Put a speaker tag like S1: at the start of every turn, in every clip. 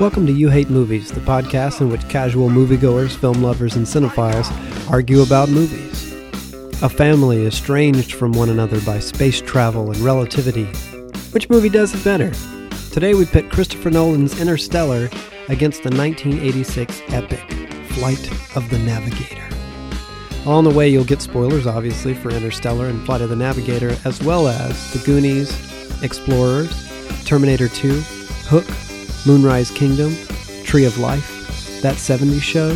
S1: Welcome to You Hate Movies, the podcast in which casual moviegoers, film lovers, and cinephiles argue about movies. A family estranged from one another by space travel and relativity. Which movie does it better? Today we pit Christopher Nolan's Interstellar against the 1986 epic Flight of the Navigator. Along the way, you'll get spoilers, obviously, for Interstellar and Flight of the Navigator, as well as The Goonies, Explorers, Terminator 2, Hook, Moonrise Kingdom, Tree of Life, That 70s Show,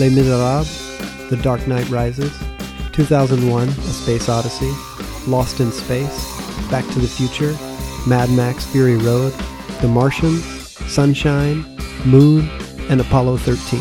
S1: Les Miserables, The Dark Knight Rises, 2001, A Space Odyssey, Lost in Space, Back to the Future, Mad Max Fury Road, The Martian, Sunshine, Moon, and Apollo 13.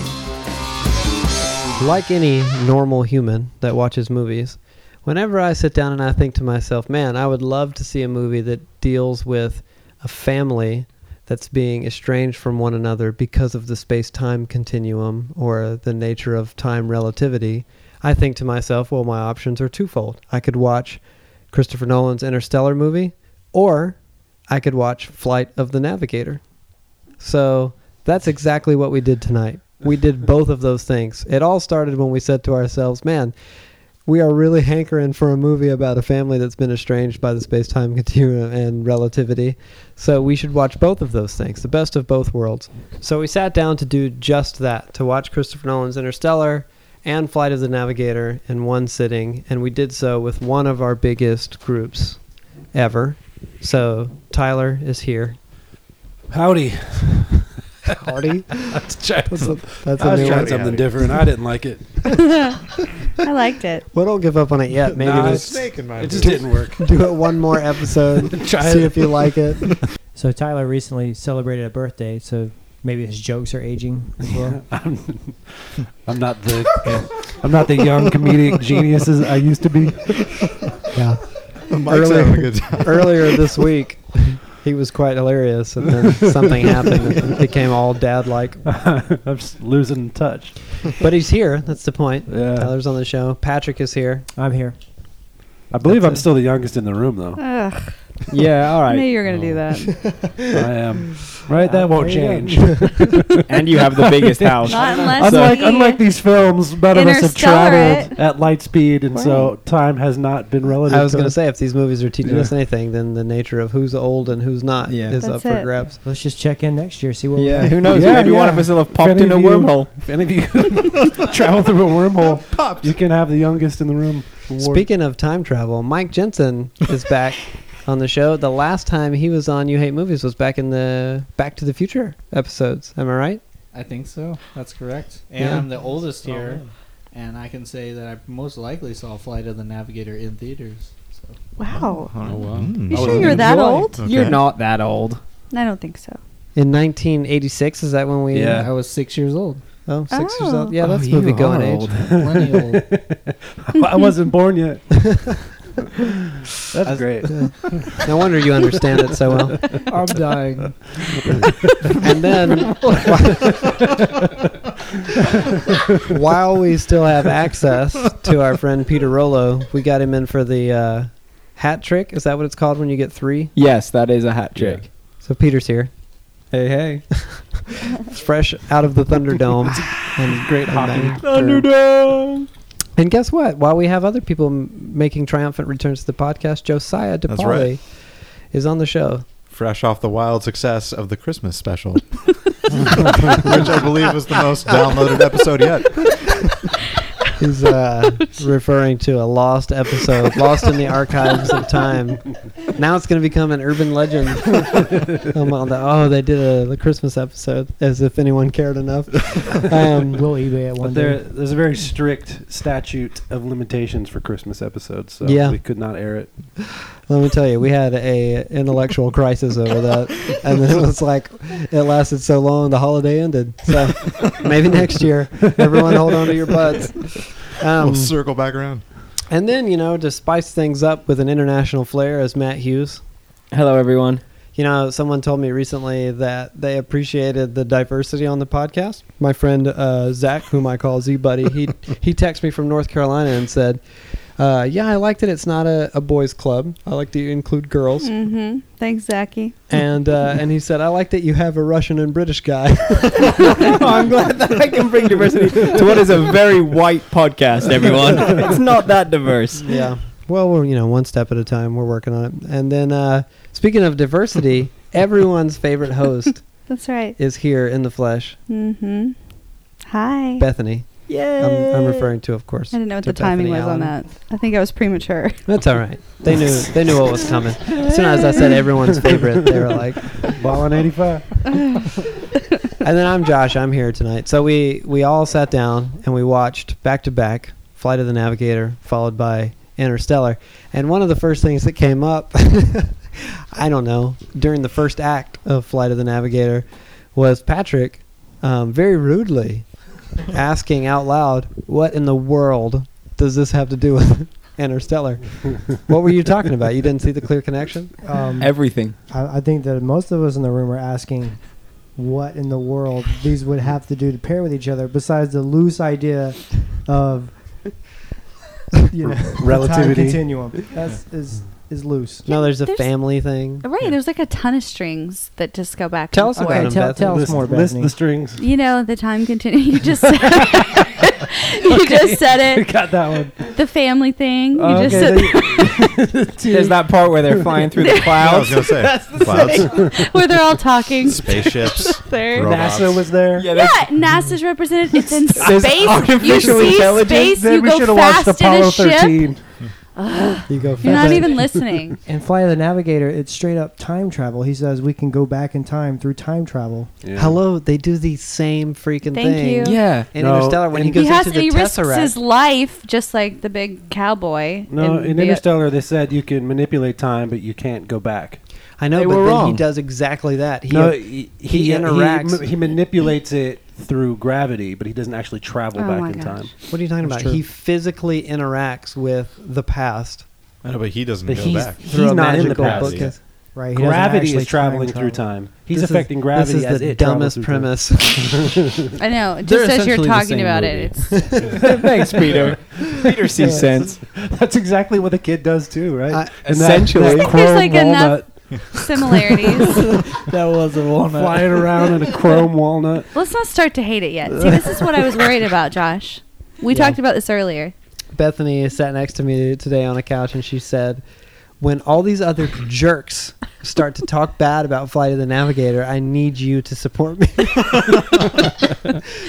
S1: Like any normal human that watches movies, whenever I sit down and I think to myself, man, I would love to see a movie that deals with a family that's being estranged from one another because of the space time continuum or the nature of time relativity, I think to myself, well, my options are twofold. I could watch Christopher Nolan's Interstellar movie, or I could watch Flight of the Navigator. So that's exactly what we did tonight. We did both of those things. It all started when we said to ourselves, man, we are really hankering for a movie about a family that's been estranged by the space time continuum and relativity. So we should watch both of those things, the best of both worlds. So we sat down to do just that, to watch Christopher Nolan's Interstellar and Flight of the Navigator in one sitting. And we did so with one of our biggest groups ever. So Tyler is here.
S2: Howdy.
S1: Hardy?
S2: Let's try
S1: That's a,
S2: some-
S1: that's
S2: I
S1: a
S2: was
S1: new
S2: trying
S1: one.
S3: to-
S2: something different. I didn't like it.
S4: I liked it.
S1: Well, don't give up on it yet. Maybe
S2: Nah,
S1: we'll
S2: it's-
S1: s-
S3: snake in my
S2: It just didn't work.
S1: do it one more episode,
S2: Try
S1: see
S2: it.
S1: if you like it.
S5: So Tyler recently celebrated a birthday, so maybe his jokes are aging as well.
S2: I'm, I'm not the I'm not the young comedic geniuses I used to be.
S1: Yeah.
S3: Mike's
S1: Earlier-
S3: having a good time.
S1: earlier this week he was quite hilarious and then something happened and became all dad like
S2: I'm just losing touch.
S1: but he's here that's the point
S2: Yeah.
S1: tyler's on the show patrick is here
S5: I'm here.
S2: I believe
S1: That's
S2: I'm
S1: it.
S2: still the youngest in the room, though.
S4: Ugh,
S2: Yeah, all
S4: I knew
S2: right. Ah,
S4: you were gonna do that.
S2: I am. Right, that won't
S5: There you
S2: change.
S6: and you have the biggest house.
S4: Not unless
S2: Unlike,
S4: we
S2: unlike these films, none of us have
S4: Interstellar
S2: traveled
S4: it.
S2: at light speed, and so time has not been relative.
S1: i was going
S2: to
S1: to say if these movies are teaching
S2: Yeah.
S1: us anything then the nature of who's old and who's not
S6: Yeah.
S1: is
S4: That's
S1: up for
S4: it.
S1: grabs
S5: Let's just check in next year, see what.
S6: Yeah, who knows?
S2: Yeah,
S6: Maybe one
S2: yeah.
S6: of us will have
S2: If
S6: popped
S2: any
S6: in a
S2: of you-
S6: wormhole.
S2: If any of you travel through a wormhole, you can have the youngest in the room.
S1: speaking of time travel mike jensen is back on the show the last time he was on you hate movies was back in the back to the future episodes am i right
S7: I think so. That's correct. And
S1: Yeah.
S7: I'm the oldest
S6: Oh,
S7: here, and I can say that I most likely saw Flight of the Navigator in theaters. So.
S4: Wow.
S2: Hmm,
S6: Oh,
S7: wow.
S4: You sure you're that old?
S3: Okay.
S6: You're not that old.
S4: I don't think so.
S1: in 1986 is that when we
S2: Yeah.
S7: I was six years old.
S1: Oh, six years
S4: Oh.
S1: old. Yeah,
S6: Oh,
S1: that's
S6: you
S1: movie going
S6: are
S1: age.
S6: old.
S7: Plenty old.
S2: I wasn't born yet. That's great.
S1: No wonder you understand it so well.
S7: I'm dying.
S1: And then, while we still have access to our friend Peter Rollo, we got him in for the uh, hat trick. Is that what it's called when you get three?
S6: Yes, that is a hat trick.
S1: So Peter's here,
S6: Hey, hey.
S1: fresh out of the Thunderdome. and
S2: Great
S1: and
S2: hockey.
S1: that. And guess what? While we have other people m- making triumphant returns to the podcast, Josiah
S3: That's
S1: DePauli
S3: right.
S1: is on the show.
S3: Fresh off the wild success of the Christmas special, which I believe was the most downloaded episode yet.
S1: He's uh, referring to a lost episode, lost in the archives of time. Now it's going to become an urban legend. Um, on the- oh, they did a the Christmas episode, as if anyone cared enough. Um,
S5: We'll eBay it one
S2: But there,
S5: day.
S2: there's a very strict statute of limitations for Christmas episodes, so
S1: Yeah.
S2: we could not air it.
S1: let me tell you, we had a intellectual crisis over that, and then it was like it lasted so long, the holiday ended. So maybe next year, everyone hold on to your butts. Um,
S3: we'll circle back around.
S1: and then you know to spice things up with an international flair, as Matt Hughes.
S6: Hello, everyone.
S1: You know, someone told me recently that they appreciated the diversity on the podcast. My friend uh, Zach, whom I call Z Buddy, he he texted me from North Carolina and said, Uh, yeah, I like that it's not a, a boys' club. I like to include girls.
S4: Mm-hmm. Thanks, Zachy.
S1: And uh, and he said, I like that you have a Russian and British guy.
S6: I'm glad that I can bring diversity to what is a very white podcast, everyone. It's not that diverse.
S1: yeah. Well, we're you know one step at a time. We're working on it. And then uh, speaking of diversity, everyone's favorite host
S4: That's right.
S1: is here in the flesh,
S4: Mm-hmm. Hi.
S1: Bethany.
S6: Yeah.
S1: I'm, I'm referring to, of course.
S4: I didn't know what
S1: to
S4: the timing
S1: Bethany
S4: was on
S1: Allen.
S4: that. I think I was premature.
S1: That's all right. They knew they knew what was coming. As soon as I said everyone's favorite, they were like,
S2: Ball on 85.
S1: and then I'm Josh. I'm here tonight. So we we all sat down and we watched back to back Flight of the Navigator, followed by Interstellar. And one of the first things that came up, I don't know, during the first act of Flight of the Navigator, was Patrick um, very rudely asking out loud, "What in the world does this have to do with?" Interstellar. what were you talking about? You didn't see the clear connection?
S5: Um,
S6: Everything.
S5: I, I think that most of us in the room are asking what in the world these would have to do to pair with each other besides the loose idea of you know the time
S2: Relativity.
S5: continuum that's is is loose
S1: No, there's a
S4: There's-
S1: family thing.
S4: Right, there's like a ton of strings that just go back.
S1: Tell
S4: and
S1: us
S4: forth.
S1: about 'em,
S5: tell-
S1: Bethany.
S5: tell us
S2: List,
S5: more,
S2: list
S5: Bethany.
S2: the strings.
S4: You know, the time continues. You just you just said it.
S2: Got that one.
S4: The family thing. You
S1: Oh,
S4: just
S6: Okay,
S4: said
S6: There's that part where they're flying through the
S3: I was
S6: clouds.
S3: gonna say clouds,
S4: where they're all talking.
S3: spaceships.
S4: There.
S3: Robots.
S2: NASA was there.
S6: Yeah,
S4: Yeah, NASA's represented. It's in
S6: There's
S4: space. You
S6: artificial
S4: see
S6: intelligence.
S4: space.
S2: Then
S4: You
S2: we
S4: go
S2: should have watched
S4: fast in a
S2: Apollo
S4: ship.
S2: 13.
S5: you go
S4: You're not even listening.
S5: and fly the navigator it's straight up time travel he says we can go back in time through time travel
S1: Hello, they do the same freaking
S4: Thank
S1: thing.
S4: you.
S6: yeah.
S1: In
S2: No,
S1: Interstellar, when he
S2: in-
S1: goes
S4: he has.
S1: into
S4: he
S1: the
S4: risks
S1: Tesseract,
S4: his life just like the big cowboy.
S2: No, in
S4: the-
S2: Interstellar, they said you can manipulate time, but you can't go back.
S1: I know,
S6: They
S1: but
S6: were
S1: then he
S6: wrong.
S1: does exactly that. He,
S2: no, he,
S1: he
S2: he
S1: interacts.
S2: He, ma- he manipulates it through gravity, but he doesn't actually travel
S4: Oh my
S2: back in
S4: gosh.
S2: time.
S1: what are you talking about?
S2: true.
S1: He physically interacts with the past
S3: I know, but he doesn't
S2: But
S3: go
S2: he's-
S3: back.
S2: He's
S1: through a
S2: not in the
S1: magical
S2: past.
S1: book.
S5: right he doesn't
S2: gravity
S5: actually
S2: is traveling through
S5: travel.
S2: time. He's
S1: This is-
S2: affecting gravity.
S1: This is
S2: as
S1: the
S2: it travels
S1: dumbest
S2: through time.
S1: premise.
S4: I know. Just
S6: They're
S4: as you're
S6: essentially the
S4: talking
S6: same
S4: about
S6: movie.
S4: it, it's
S6: Thanks, Peter. Peter sees sense.
S2: That's exactly what a kid does too, right?
S1: I-
S2: And
S6: Essentially.
S2: that,
S4: I
S2: that
S4: think
S2: chrome
S4: there's like
S2: walnut
S4: similarities.
S5: that was a walnut
S2: flying around in a chrome walnut.
S4: Let's not start to hate it yet. See, this is what I was worried about, Josh. We
S1: Yeah.
S4: talked about this earlier.
S1: Bethany sat next to me today on a couch, and she said, "When all these other jerks start to talk bad about Flight of the Navigator, I need you to support me."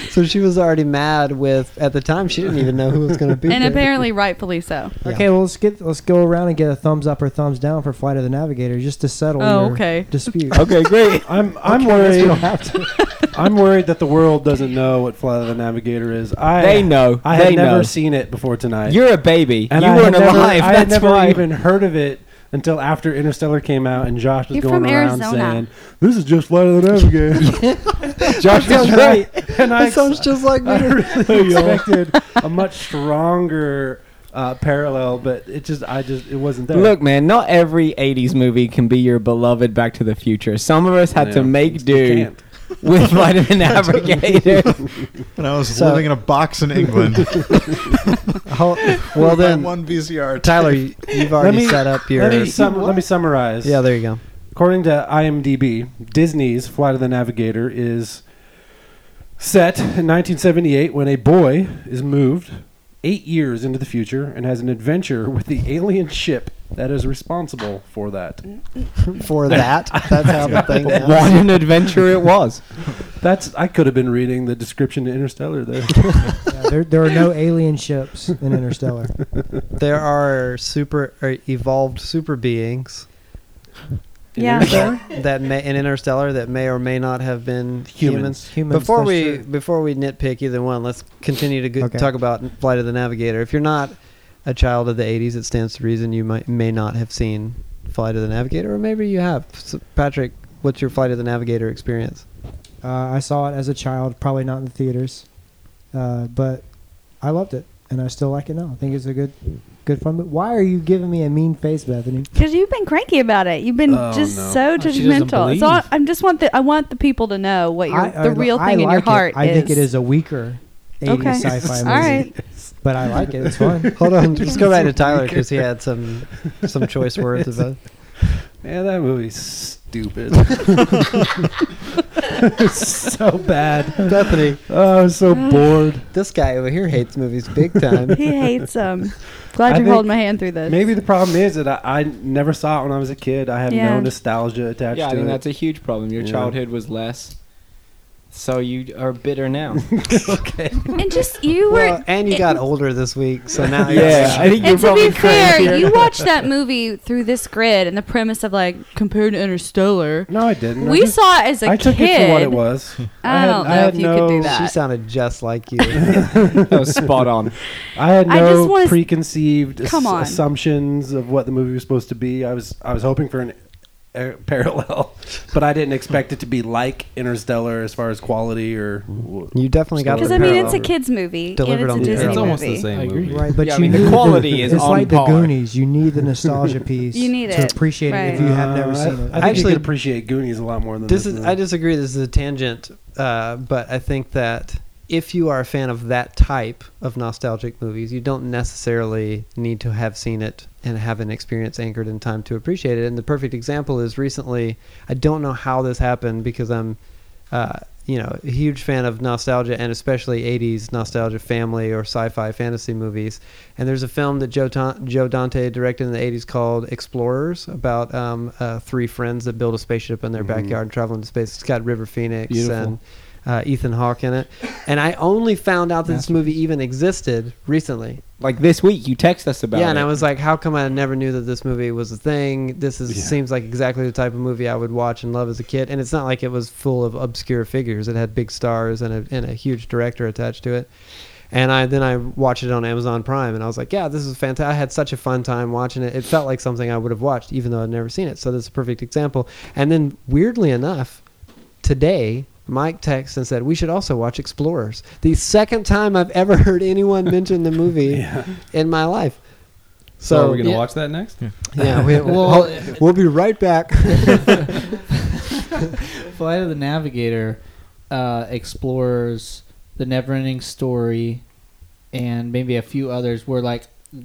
S1: so she was already mad with. At the time, she didn't even know who was going to be.
S4: And
S1: there.
S4: apparently rightfully so.
S1: Yeah.
S5: Okay, well let's get let's go around and get a thumbs up or thumbs down for Flight of the Navigator just to settle
S4: Oh,
S5: your
S4: okay.
S5: dispute.
S6: Okay, great.
S2: I'm I'm
S5: I guess we don't
S2: worried. I'm worried that the world doesn't know what Flight of the Navigator is. I
S6: They know.
S2: I
S6: they
S2: had
S6: know.
S2: never seen it before tonight.
S6: You're a baby.
S2: and
S6: you
S2: I had
S6: weren't
S2: never-
S6: alive.
S2: I had
S6: That's
S2: never
S6: why.
S2: even heard of it until after Interstellar came out, and Josh was
S4: You're
S2: going
S4: from
S2: around
S4: Arizona.
S2: saying, "This is just Flight of the Navigator."
S6: Josh was
S2: And I-
S6: right.
S2: and I
S1: That sounds just like me.
S2: I really expected a much stronger uh, parallel, but it just I just it wasn't there.
S6: Look, man, not every 80s movie can be your beloved Back to the Future. Some of us had
S2: Yeah.
S6: to make
S2: You
S6: do
S2: can't.
S6: with Flight of the Navigator.
S3: And I was
S1: So-
S3: living in a box in England.
S1: Hol- well
S3: with my
S1: then,
S3: one VCR.
S1: Tyler, you- you've already
S2: me-
S1: set up your.
S2: Let me, sum, let me summarize.
S1: yeah, there you go.
S2: According to IMDb, Disney's Flight of the Navigator is set in 1978 when a boy is moved eight years into the future and has an adventure with the alien ship that is responsible for that.
S1: For that, that's how the thing. is.
S6: what an adventure it was.
S2: That's I could have been reading the description to Interstellar there.
S5: Yeah, there, there are no alien ships in Interstellar.
S1: There are super or evolved super beings
S4: Yeah.
S1: that may in Interstellar that may or may not have been humans.
S5: Humans,
S1: Before
S5: that's
S1: we
S5: true.
S1: before we nitpick either one, let's continue to go-
S5: Okay.
S1: talk about Flight of the Navigator. If you're not a child of the '80s, it stands to reason you might may not have seen Flight of the Navigator, or maybe you have. So, Patrick, what's your Flight of the Navigator experience?
S5: uh, I saw it as a child, probably not in the theaters, uh, but I loved it, and I still like it now. I think it's a good, good fun. But why are you giving me a mean face, Bethany?
S4: Because you've been cranky about it. You've been
S2: Oh,
S4: just
S2: no.
S4: so
S7: she doesn't
S4: judgmental.
S7: believe.
S4: So I, I'm just want the I want the people to know what your
S5: I-
S4: the
S5: I-
S4: real
S5: I
S4: thing in your
S5: like it.
S4: heart
S5: I
S4: is.
S5: think it is a weaker 80s
S4: Okay.
S5: sci-fi
S4: All
S5: movie.
S4: right.
S5: But I like it. It's fun.
S1: Hold on, let's go back to Tyler because he had some some choice words about.
S2: Man, that movie's stupid. so bad.
S1: Bethany,
S2: Oh, I was so bored.
S1: this guy over here hates movies big time.
S4: He hates them. Glad
S2: I
S4: you're
S2: think
S4: holding my hand through this.
S2: Maybe the problem is that I, I never saw it when I was a kid. I have
S4: Yeah.
S2: no nostalgia attached
S6: yeah, I
S2: to
S6: mean
S2: it.
S6: that's a huge problem. Your
S2: Yeah.
S6: childhood was less, so you are bitter now.
S4: and just you were
S1: Well, and you got older this week, so now you're-
S6: yeah, I think you're
S4: And to
S6: probably
S4: be fair,
S6: crankier.
S4: you watched that movie through this grid and the premise of like compared to Interstellar.
S2: no, I didn't. I
S4: We
S2: just-
S4: saw it as a
S2: Mm-hmm. I took
S4: kid.
S2: it for what it was.
S4: I
S2: had-
S4: don't know
S2: had
S4: if you could do
S2: no-
S4: that.
S1: she sounded just like you.
S6: that was spot on.
S2: I had
S4: I just
S2: no
S4: wanna s-
S2: preconceived
S4: Come
S2: ass-
S4: on.
S2: assumptions of what the movie was supposed to be. I was I was hoping for an a parallel, but I didn't expect it to be like Interstellar as far as quality or.
S1: You definitely got
S4: Because
S1: the
S4: I mean, it's
S1: parallel.
S4: a kids' movie.
S1: Delivered
S4: and
S1: on
S4: it's a
S1: the
S4: Disney
S1: parallel.
S3: it's almost
S4: movie.
S3: the same
S7: I agree.
S3: movie.
S5: Right, but
S6: Yeah, I
S5: you
S6: mean, the
S5: need
S6: quality is
S5: It's
S6: on
S5: like
S6: par.
S5: the Goonies. You need the nostalgia piece.
S4: You need
S5: to
S4: it,
S5: appreciate it if
S4: right.
S5: you have never
S2: Uh,
S5: seen
S2: I,
S5: it.
S2: I think
S1: Actually-
S2: you could appreciate Goonies a lot more than this.
S1: This is.
S2: movie.
S1: I disagree. This is a tangent, uh, but I think that if you are a fan of that type of nostalgic movies, you don't necessarily need to have seen it and have an experience anchored in time to appreciate it. And the perfect example is recently. I don't know how this happened because I'm, uh, you know, a huge fan of nostalgia and especially '80s nostalgia, family or sci-fi fantasy movies. And there's a film that Joe, Ton- Joe Dante directed in the 80s called Explorers about um, uh, three friends that build a spaceship in their backyard and travel into space. It's got River Phoenix
S2: Beautiful.
S1: and uh, Ethan Hawke in it. And I only found out that this movie even existed recently.
S6: Like this week, you text us about.
S1: yeah, and
S6: it.
S1: I was like, how come I never knew that this movie was a thing? This is
S2: Yeah.
S1: seems like exactly the type of movie I would watch and love as a kid. And it's not like it was full of obscure figures. It had big stars and a, and a huge director attached to it. And I then I watched it on Amazon Prime, and I was like, "Yeah, this is fantastic." I had such a fun time watching it. It felt like something I would have watched, even though I'd never seen it. So that's a perfect example. And then, weirdly enough, today Mike texted and said we should also watch Explorers. The second time I've ever heard anyone mention the movie in my life.
S8: So,
S1: So,
S8: are we going to
S1: yeah,
S8: watch that next?
S1: yeah, we,
S7: Well, uh,
S1: we'll, we'll be right back.
S7: Flight of the Navigator uh, explores the Neverending Story and maybe a few others were like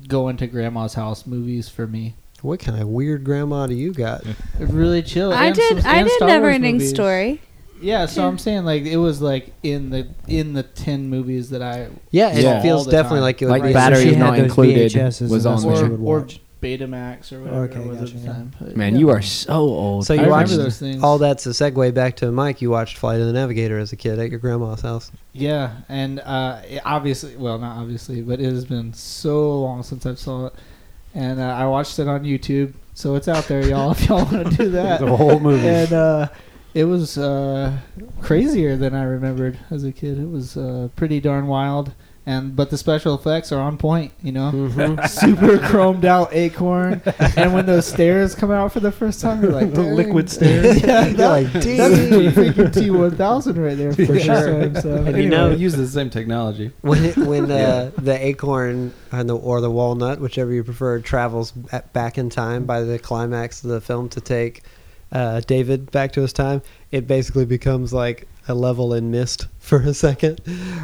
S7: going to grandma's house movies for me.
S1: what kind of weird grandma do you got?
S7: Really chill.
S4: I
S7: and
S4: did.
S7: some-
S4: I
S7: and
S4: did
S7: Star
S4: Never
S7: Wars
S4: Ending
S7: movies.
S4: Story.
S7: Yeah, so I'm saying like it was like in the in the ten movies that I
S1: Yeah, it
S6: Yeah.
S1: feels
S7: All the
S1: definitely
S7: time.
S1: like it would
S6: like
S1: be
S5: Right, so
S6: battery
S5: she
S6: is
S5: had
S6: not
S5: those
S6: included
S5: VHSs
S6: was
S5: and that's
S6: on
S5: what
S6: there.
S5: you
S7: or,
S5: would
S7: or
S5: watch.
S7: Betamax or whatever
S5: Okay,
S7: it was at
S5: gotcha,
S7: the
S5: yeah.
S7: time. But,
S6: man,
S7: yeah.
S6: you are so old.
S1: So
S7: I
S1: you
S7: remember
S1: watched
S7: those things.
S1: All that's a segue back to Mike. You watched Flight of the Navigator as a kid at your grandma's house.
S7: Yeah, and uh, it obviously, well, not obviously, but it has been so long since I've saw it, and uh, I watched it on YouTube, so it's out there, y'all. if y'all want to do that,
S2: the whole movie.
S7: and uh, it was uh, crazier than I remembered as a kid. It was uh, pretty darn wild, and but the special effects are on point. You know,
S2: Mm-hmm.
S7: super chromed out acorn, and when those stairs come out for the first time, you're like
S2: The
S7: "Dang."
S2: liquid stairs.
S7: yeah, that,
S1: You're like,
S7: that's a
S1: "Dang."
S7: freaking T1000 right there for sure. So,
S1: And you know-
S8: it uses the same technology.
S1: When it, when uh, the acorn and the, or the walnut, whichever you prefer, travels at, back in time by the climax of the film to take uh, David back to his time, it basically becomes like a level in mist for a second,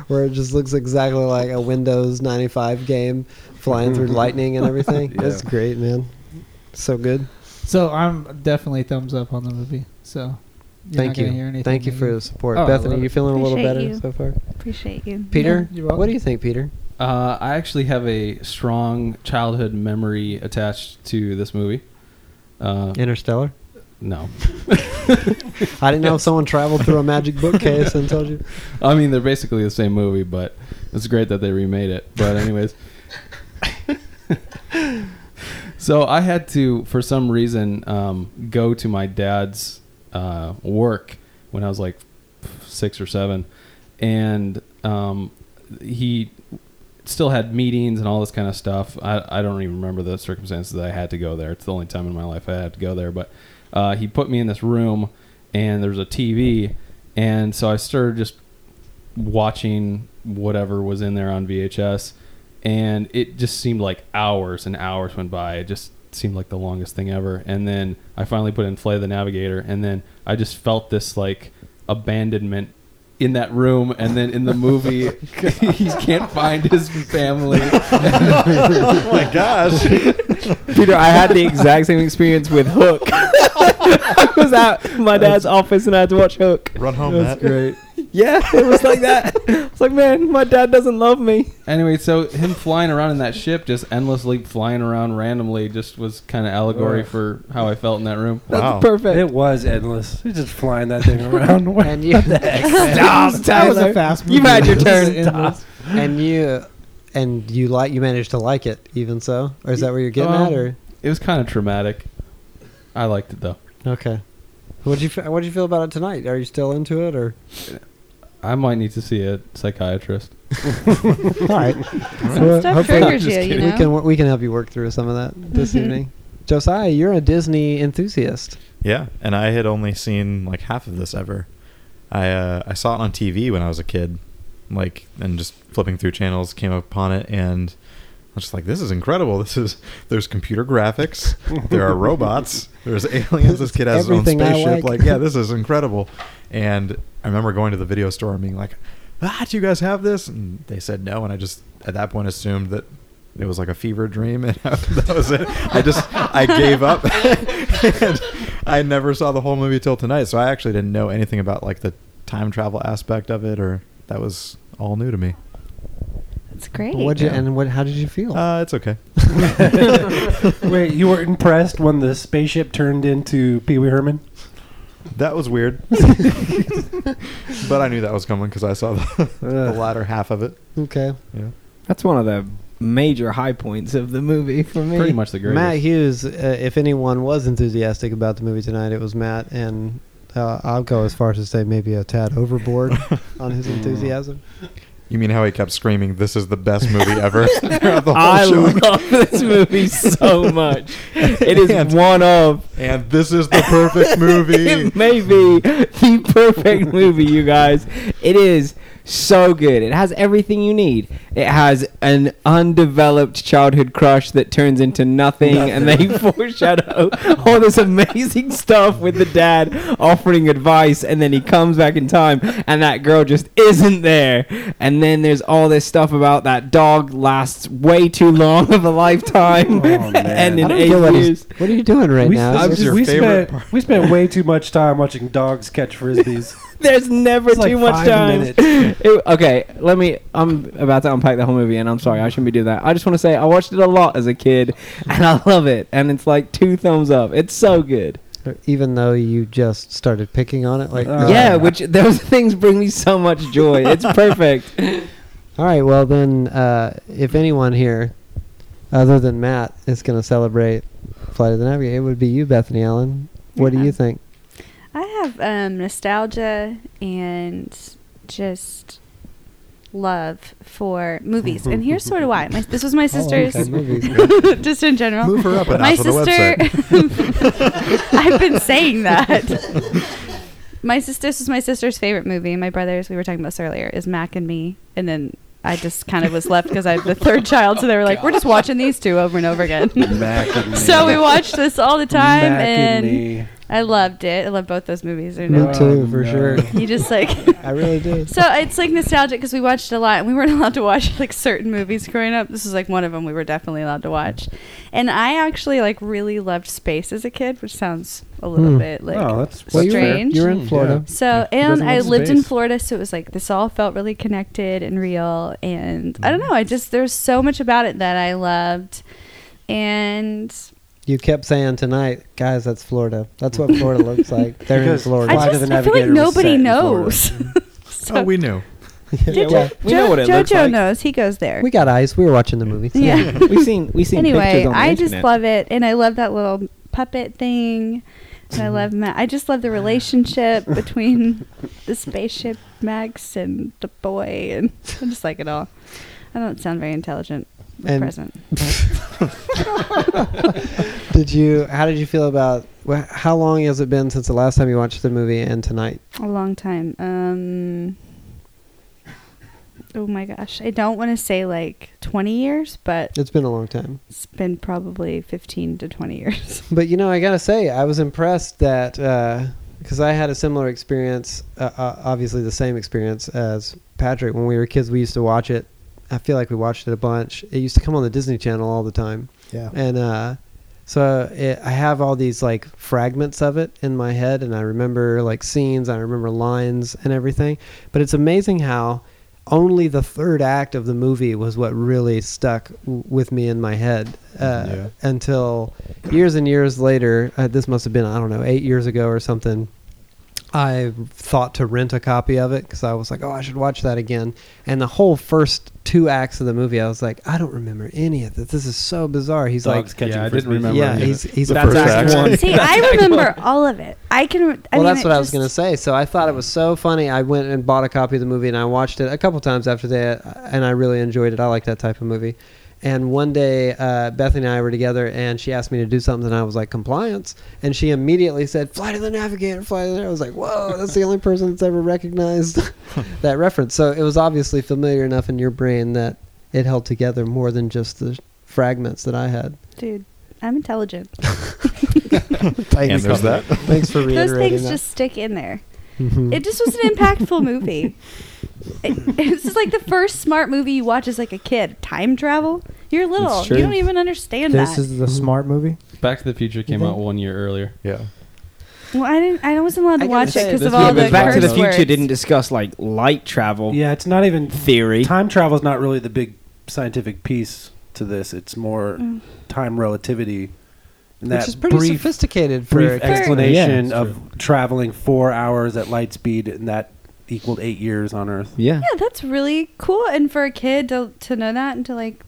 S1: where it just looks exactly like a Windows 95 game flying through lightning and everything. It's great, man. So good.
S7: So I'm definitely thumbs up on the movie. So you're
S1: Thank
S7: not gonna
S1: you.
S7: Hear anything
S1: Thank you for the
S7: negative.
S1: support.
S7: Oh, I
S1: Bethany,
S7: love
S1: you
S7: it.
S1: feeling a little
S4: Appreciate
S1: better
S4: you.
S1: so far?
S4: Appreciate you.
S1: Peter,
S7: Yeah, you're
S1: what do you think, Peter?
S8: Uh, I actually have a strong childhood memory attached to this movie. Uh,
S1: Interstellar?
S8: no,
S1: I didn't know if someone traveled through a magic bookcase and told you.
S8: I mean they're basically the same movie, but it's great that they remade it. But anyways, so I had to, for some reason, um, go to my dad's uh, work when I was like six or seven, and um, he still had meetings and all this kind of stuff. I, I don't even remember the circumstances that I had to go there. It's the only time in my life I had to go there. But uh, he put me in this room, and there's a TV, and so I started just watching whatever was in there on VHS, and it just seemed like hours and hours went by. It just seemed like the longest thing ever. And then I finally put in Flight of the Navigator, and then I just felt this like abandonment in that room, and then in the movie,
S6: Oh,
S8: he can't find his family.
S3: Oh my gosh.
S6: Peter, I had the exact same experience with Hook. I was at Ah, my dad's office and I had to watch Hook.
S3: Run home,
S6: That's
S3: Matt.
S6: great. Yeah, it was like that. It's like, man, my dad doesn't love me.
S8: Anyway, so him flying around in that ship, just endlessly flying around randomly, just was kind of allegory for how I felt in that room.
S6: That's
S3: Wow.
S6: perfect.
S2: It was endless. He's just flying that thing around. What
S1: and you
S2: the heck?
S6: Stop,
S7: That was
S6: Tyler.
S7: a fast
S6: You've had your turn.
S1: and you and you like you managed to like it even so, or is that where you're getting
S8: Um,
S1: at? Or
S8: It was kind of traumatic. I liked it though.
S1: okay, what did you fe- what did you feel about it tonight? Are you still into it or?
S8: I might need to see a psychiatrist.
S1: All right,
S4: Some stuff
S1: hopefully-
S4: triggers you,
S8: Just
S4: you
S8: kidding.
S1: we
S4: know. Mm-hmm.
S1: can wor- we can help you work through some of that this evening. Josiah, you're a Disney enthusiast.
S3: Yeah, and I had only seen like half of this ever. I uh, I saw it on TV when I was a kid, like and just flipping through channels came upon it and I was just like, this is incredible. This is there's computer graphics, there are robots, there's aliens. This kid has his own
S1: Everything I
S3: spaceship.
S1: like.
S3: Like, yeah, this is incredible. And I remember going to the video store and being like, ah, do you guys have this? And they said no, and I just at that point assumed that. It was like a fever dream, and that was it. I just I gave up. and I never saw the whole movie till tonight, so I actually didn't know anything about like the time travel aspect of it, or that was all new to me.
S4: It's great.
S1: What you
S3: Yeah.
S1: and what? How did you feel?
S3: Uh, it's okay.
S2: Wait, you were impressed when the spaceship turned into Pee Wee Herman?
S3: That was weird, but I knew that was coming because I saw the,
S1: Uh,
S3: the latter half of it.
S1: okay,
S3: Yeah.
S6: That's one of the major high points of the movie for me.
S8: Pretty much the greatest.
S1: Matt Hughes. Uh, if anyone was enthusiastic about the movie tonight, it was Matt, and uh, I'll go as far as to say maybe a tad overboard on his enthusiasm.
S3: You mean how he kept screaming, "This is the best movie ever"? throughout the whole
S6: I
S3: show.
S6: love this movie so much. It is one of,
S3: and this is the perfect movie.
S6: it may be the perfect movie, you guys. It is so good. It has everything you need. It has an undeveloped childhood crush that turns into nothing, and they foreshadow all this amazing stuff with the dad offering advice, and then he comes back in time, and that girl just isn't there. And then there's all this stuff about that dog lasts way too long of a lifetime, and in
S1: I don't
S6: eight
S1: get what he's-
S6: years.
S1: What are you doing right
S2: we,
S1: now?
S3: I
S2: we-
S1: Is
S3: was
S1: this-
S3: your
S2: we
S3: favorite
S2: spent, we spent way too much time watching dogs catch frisbees.
S6: There's never
S2: It's like
S6: too much
S2: five
S6: time.
S2: minutes.
S6: It- okay, let me. I'm about to unpack the whole movie, and I'm sorry, I shouldn't be doing that. I just want to say I watched it a lot as a kid, and I love it. And it's like two thumbs up. It's so good.
S1: even though you just started picking on it, like
S2: Uh,
S6: yeah, which those things bring me so much joy. It's perfect.
S1: All right, well then, uh, if anyone here, other than Matt, is going to celebrate Flight of the Navigator, it would be you, Bethany Allen. What do
S4: Yeah.
S1: you think?
S4: I have um, nostalgia and just love for movies, and here's sort of why. My, this was my
S1: Oh,
S4: sister's, just in general.
S3: Move her up an
S4: my
S3: notch on the
S4: sister.
S3: website.
S4: I've been saying that. My sister, this was my sister's favorite movie. My brother's, we were talking about this earlier, is Mac and Me, and then. I just kind of was left because I'm the third child, so they were like, "We're just watching these two over and over again."
S2: Mac and
S4: so we watched this all the time,
S2: Mac
S4: and,
S2: me.
S4: I loved it. I love both those movies. They're
S1: Me
S4: no-
S1: too, for
S2: no.
S1: sure.
S4: You just like
S1: I really do.
S4: So it's like nostalgic because we watched a lot, and we weren't allowed to watch like certain movies growing up. This is like one of them we were definitely allowed to watch, and I actually like really loved space as a kid, which sounds a little
S1: Hmm.
S4: bit like
S2: oh, that's that's
S4: Well, you were-
S2: fair.
S4: Strange. you
S1: You're in Florida.
S4: so.
S2: Who
S4: And
S2: doesn't
S4: I
S2: love
S4: lived in
S2: space?
S4: Florida, so it was like this all felt really connected and real, and I don't know. I just there's so much about it that I loved, and
S1: You kept saying tonight, guys, that's Florida. That's what Florida looks like. They're
S2: Because
S1: in Florida.
S2: Flight
S4: I
S2: of
S4: just
S2: the
S4: I feel like
S2: Navigator was set
S4: nobody
S2: in Florida.
S4: knows. so,
S3: Oh, we knew.
S6: Yeah, well, we know what it
S4: JoJo
S6: looks like.
S4: knows. He goes there.
S1: we got eyes. We were watching the movie.
S4: yeah.
S6: We've seen we've seen
S4: anyway,
S6: pictures on the
S4: I
S6: internet.
S4: just love it, and I love that little puppet thing. And I love Matt. I just love the relationship between the spaceship Max and the boy, and I just like it all. I don't sound very intelligent. or
S1: And-
S4: present.
S1: Did you? How did you feel about? wh- How long has it been since the last time you watched the movie and tonight?
S4: A long time. Um. Oh my gosh, I don't want to say like 20 years, but
S1: It's been a long time.
S4: it's been probably 15 to 20 years.
S1: But you know, I gotta say, I was impressed that uh, because I had a similar experience, uh, uh, obviously the same experience as Patrick. When we were kids, we used to watch it. I feel like we watched it a bunch. It used to come on the Disney Channel all the time,
S5: Yeah.
S1: and uh, so it, I have all these like fragments of it in my head, and I remember like scenes, I remember lines and everything. But it's amazing how only the third act of the movie was what really stuck w- with me in my head uh,
S3: Yeah.
S1: until years and years later. Uh, this must have been I don't know eight years ago or something. I thought to rent a copy of it because I was like, oh, I should watch that again. And the whole first two acts of the movie, I was like, I don't remember any of this. This is so bizarre. He's
S2: Dogs
S1: like,
S2: catching
S8: yeah, I
S2: first
S8: didn't
S2: base.
S8: remember
S1: yeah,
S8: any of
S1: he's he's
S3: The
S1: that's
S3: first act
S1: actually-
S3: one.
S4: See, I remember all of it. I can. re- I
S1: well,
S4: mean,
S1: that's
S4: it
S1: what I was
S4: just-
S1: gonna say. So I thought it was so funny. I went and bought a copy of the movie and I watched it a couple times after that, uh, and I really enjoyed it. I like that type of movie. And one day, uh, Bethany and I were together, and she asked me to do something, and I was like, compliance. And she immediately said, "Fly to the Navigator, fly to the." I was like, "Whoa, that's the only person that's ever recognized that reference." So it was obviously familiar enough in your brain that it held together more than just the fragments that I had.
S4: Dude, I'm intelligent.
S3: And there's that.
S1: Thanks for reiterating
S4: Those things
S1: that.
S4: just stick in there.
S1: Mhm.
S4: It just was an impactful movie. It, it's just like the first smart movie you watch as like a kid. Time travel. You're little.
S6: It's true.
S4: You don't even understand
S5: This
S4: that.
S5: is the smart movie.
S8: Back to the Future came
S5: Mhm.
S8: out one year earlier.
S3: Yeah.
S4: well, I didn't. I wasn't allowed
S1: I
S4: to
S1: gotta
S4: watch it
S1: say,
S4: because
S1: this
S4: of
S1: movie
S4: all the
S1: was
S6: Back to the
S4: curse
S6: Future
S4: words.
S6: didn't discuss like light travel
S2: Yeah, it's not even
S6: theory.
S2: time travel is not really the big scientific piece to this. It's more
S4: Mm.
S2: time relativity. And that
S1: which is pretty
S2: brief,
S1: sophisticated for
S2: brief
S1: a
S2: explanation
S6: Yeah,
S2: of traveling four hours at light speed, and that equaled eight years on Earth.
S6: Yeah.
S4: Yeah, that's really cool. And for a kid to to know that and to like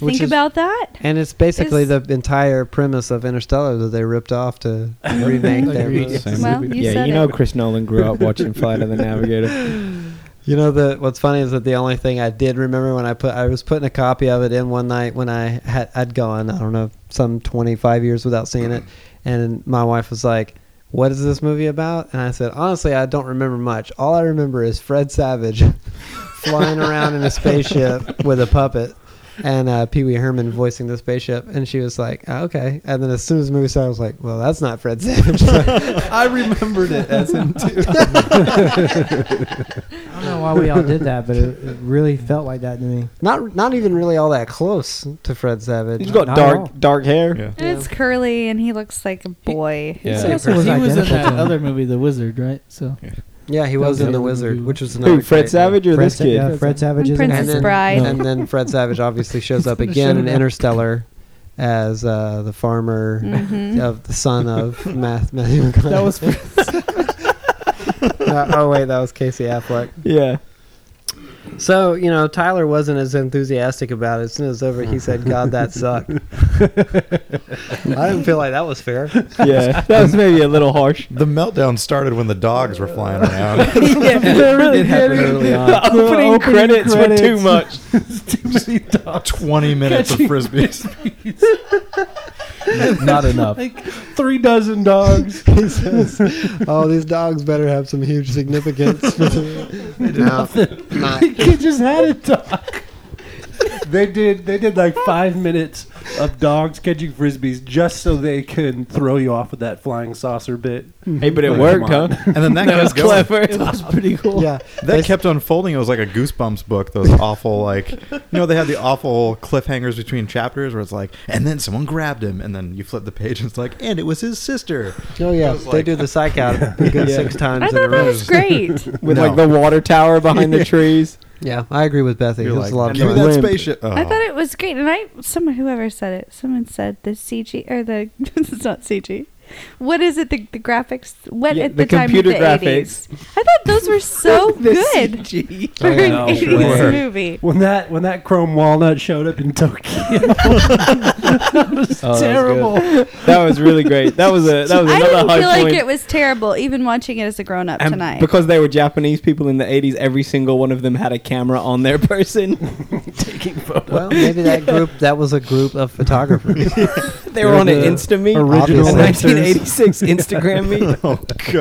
S1: Which
S4: think
S1: is-
S4: about that.
S1: And it's basically
S4: Is-
S1: the entire premise of Interstellar that they ripped off to remake their
S8: Agreed.
S1: movie.
S8: Same
S4: Well,
S8: movie.
S4: you
S6: yeah,
S4: said
S6: you know
S4: it.
S6: Chris Nolan grew up watching Flight of the Navigator.
S1: You know the what's funny is that the only thing I did remember when I put I was putting a copy of it in one night when I had I'd gone I don't know some 25 years without seeing it, and my wife was like. What is this movie about? And I said, honestly, I don't remember much. All I remember is Fred Savage flying around in a spaceship with a puppet and uh, Pee Wee Herman voicing the spaceship. And she was like, "Oh, okay. And then as soon as the movie started, I was like, well, that's not Fred Savage.
S8: I remembered it as him too.
S5: I don't know why we all did that, but it, it really felt like that to me.
S1: not, not even really all that close to Fred Savage.
S6: He's got
S5: Not at all.
S6: dark dark hair.
S3: Yeah.
S4: And it's curly, and he looks like a boy.
S8: Yeah.
S5: He also
S7: He
S5: was
S7: was in
S5: identical
S7: that
S5: to him.
S7: other movie, The Wizard, right? So
S1: Yeah, he was in The
S7: Okay.
S1: Wizard, which was another
S6: Who, Fred
S1: great-
S6: Savage or
S5: Fred,
S6: this
S5: Sa-
S6: kid?
S5: yeah, Fred Savage is in
S4: Princess
S1: And then,
S4: Bride.
S1: and then Fred Savage obviously shows up
S7: gonna
S1: again
S7: show
S1: in
S7: that.
S1: Interstellar as uh, the farmer
S4: Mhm.
S1: of the son of Math- Matthew McConaughey.
S7: that was
S1: Uh, oh wait, that was Casey Affleck.
S6: Yeah.
S1: So you know, Tyler wasn't as enthusiastic about it. As soon as it was over, he said, "God, that sucked." I didn't feel like that was fair.
S6: Yeah. That was maybe a little harsh.
S3: The meltdown started when the dogs were flying around.
S6: it
S8: happened early on.
S6: The opening,
S7: opening
S6: credits,
S7: credits.
S6: were too much.
S3: 20 minutes of frisbees.
S8: Not enough.
S2: Three dozen dogs.
S1: he says, "Oh, these dogs better have some huge significance." no, not.
S2: kid just had a dog. they did. They did like five minutes of dogs catching frisbees just so they can throw you off with that flying saucer bit.
S6: Hey, but it
S3: Like,
S6: worked,
S3: come on.
S6: huh?
S3: And then that,
S6: That
S3: kept
S6: was
S3: going.
S6: clever.
S7: was pretty cool.
S1: Yeah,
S3: That kept unfolding. It was like a Goosebumps book. Those awful, like, you know, they had the awful cliffhangers between chapters where it's like, and then someone grabbed him, and then you flip the page and it's like, and it was his sister.
S1: Oh yeah, they
S3: like-
S1: do the psych out a good six times
S4: I
S1: in a
S4: thought
S1: row.
S4: that was great.
S6: With
S3: No.
S6: like the water tower behind the trees.
S1: Yeah, I agree with Bethany. It
S3: You're
S1: was
S3: like,
S1: a lot of
S3: give me
S1: fun.
S3: that
S6: Limp.
S3: spaceship. Oh.
S4: I thought it was great, and I someone whoever said it. Someone said the CG or the this is not CG. What is it? The, the graphics. What
S6: Yeah,
S4: at
S6: the
S4: the, time
S6: computer
S4: of the
S6: graphics.
S4: eighties? I thought those were so good for
S2: Oh,
S4: an
S2: no
S4: eighties
S2: way.
S4: movie.
S2: When that when that chrome walnut showed up in Tokyo,
S8: Oh,
S2: terrible.
S6: That was really great. That was a that was
S4: I
S6: another
S4: didn't
S6: high
S4: feel
S6: point.
S4: like it was terrible, even watching it as a grown up
S6: And
S4: tonight.
S6: because they were Japanese people in the 80s, every single one of them had a camera on their person.
S2: taking photos.
S1: Well, maybe that group that was a group of photographers.
S6: they were on an Insta
S2: original
S1: Obviously.
S2: Insta
S6: 1986 Instagram me.
S3: oh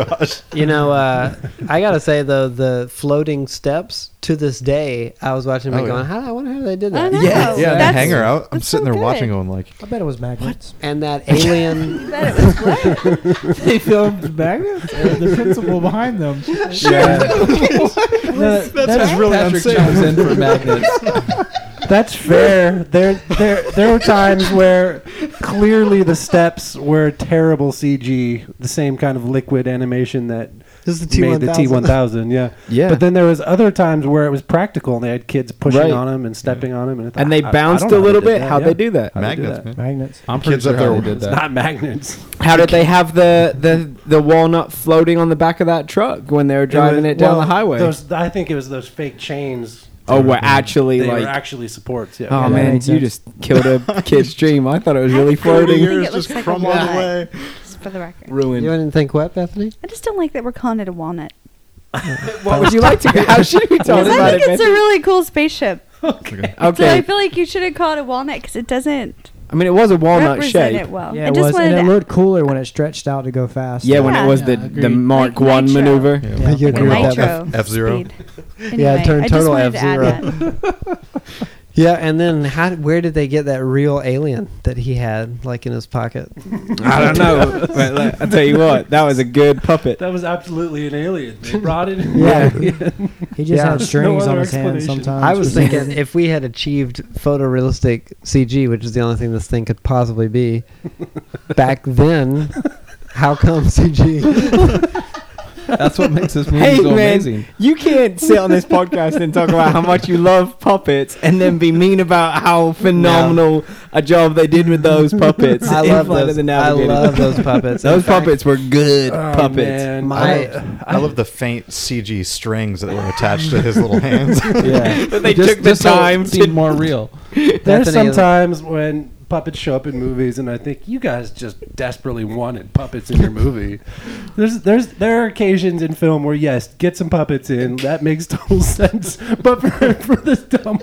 S3: gosh.
S1: You know, uh, I gotta say though, the floating steps to this day, I was watching them
S3: Oh,
S1: and
S3: yeah.
S1: going, "How I wonder how they did
S4: I
S1: that."
S4: know.
S3: Yeah, yeah. The
S4: That's-
S3: hanger. I, I'm
S4: that's
S3: sitting there
S4: so good.
S3: watching, going like,
S5: I bet it was magnets.
S1: And that alien,
S4: You bet it was what?
S7: they filmed magnets. Uh, the principle behind them.
S5: No,
S7: That's
S5: that's,
S7: really
S8: Patrick chimes in for magnets.
S2: That's fair. There, there, there were times where clearly the steps were terrible CG, the same kind of liquid animation that
S1: this is the
S2: made the
S1: T one.
S2: T1000. Yeah.
S6: Yeah.
S2: But then there was other times where it was practical and they had kids pushing
S6: Right.
S2: on them and stepping on them, and, it-
S6: and they
S2: I- I- I
S6: bounced
S2: don't know
S6: a
S2: how
S6: little
S2: did
S6: bit.
S2: that,
S6: How'd
S2: yeah.
S6: they do that?
S2: How they do
S3: magnets,
S2: that.
S3: man.
S5: magnets.
S8: I'm pretty
S3: Kids
S8: sure
S3: up
S8: how
S3: there
S8: they
S3: were-
S8: did
S2: It's
S8: that.
S2: not magnets.
S6: How did they have the, the, the walnut floating on the back of that truck when they were driving
S2: was-
S6: it down
S2: well,
S6: the highway?
S2: Those, I think it was those fake chains.
S6: oh, were actually
S2: They
S6: like.
S2: were actually supports. Yeah.
S6: oh
S5: that
S6: man,
S5: makes
S6: you
S5: sense.
S6: just killed a kid's dream. I thought it was really
S4: I
S6: floating.
S4: think
S3: Yours
S4: it looks
S3: just
S4: like a
S3: crumbled
S4: walnut.
S3: away.
S4: Just for the record.
S1: You
S6: Ruined.
S1: didn't think what, Bethany?
S4: I just don't like that we're calling it a walnut.
S6: What would you like to? How should we talk
S4: 'Cause I
S6: about
S4: think
S6: it?
S4: it's a really cool spaceship.
S6: man?
S4: So I
S6: Okay.
S4: feel like you shouldn't call it a walnut because it doesn't
S6: I mean, it was a walnut
S4: represent
S6: shape.
S4: it well.
S5: Yeah,
S4: I
S5: it
S4: just
S5: was,
S4: wanted
S5: and it
S4: to
S5: looked cooler when it stretched out to go fast.
S6: Yeah, when it
S4: Yeah.
S6: was the
S7: Yeah,
S6: the
S7: agreed.
S4: Like
S6: Mark One
S4: nitro.
S6: maneuver.
S5: Yeah.
S1: You
S4: the
S1: agree with that,
S4: nitro
S3: F zero.
S4: speed.
S1: Yeah, it
S4: Anyway,
S1: turned
S4: I just
S1: total
S4: wanted to add
S1: F-Zero.
S4: that.
S1: Yeah, and then how, where did they get that real alien that he had like in his pocket?
S6: I don't know. but like, I tell you what, that was a good puppet.
S2: That was absolutely an alien. They brought it.
S5: Yeah. He just
S1: Yeah.
S5: had
S2: No
S5: strings on
S2: other
S5: his hands
S2: explanation.
S5: sometimes.
S1: I
S5: for
S1: was
S5: some
S1: thinking
S5: reason.
S1: if we had achieved photorealistic CG, which is the only thing this thing could possibly be, back then, how come CG?
S8: That's what makes this movie
S6: Hey
S8: so
S6: man,
S8: amazing.
S6: you can't sit on this podcast and talk about how much you love puppets and then be mean about how phenomenal a job they did with those puppets.
S1: I
S6: in
S1: love
S6: Flight of
S1: those.
S6: the
S1: I
S6: Navigator.
S1: love those puppets. In
S6: Those
S1: fact,
S6: puppets were good
S2: Oh,
S6: puppets.
S1: My-
S3: I love the faint CG strings that were attached to his little hands.
S8: Yeah,
S6: But they
S8: Just-
S6: took the
S8: just so it
S6: time to-
S8: seemed more real.
S2: There's
S1: Bethany is-
S2: sometimes when puppets show up in movies, and I think you guys just desperately wanted puppets in your movie. There's, there's, there are occasions in film where yes, get some puppets in. That makes total sense. But for, for this dumb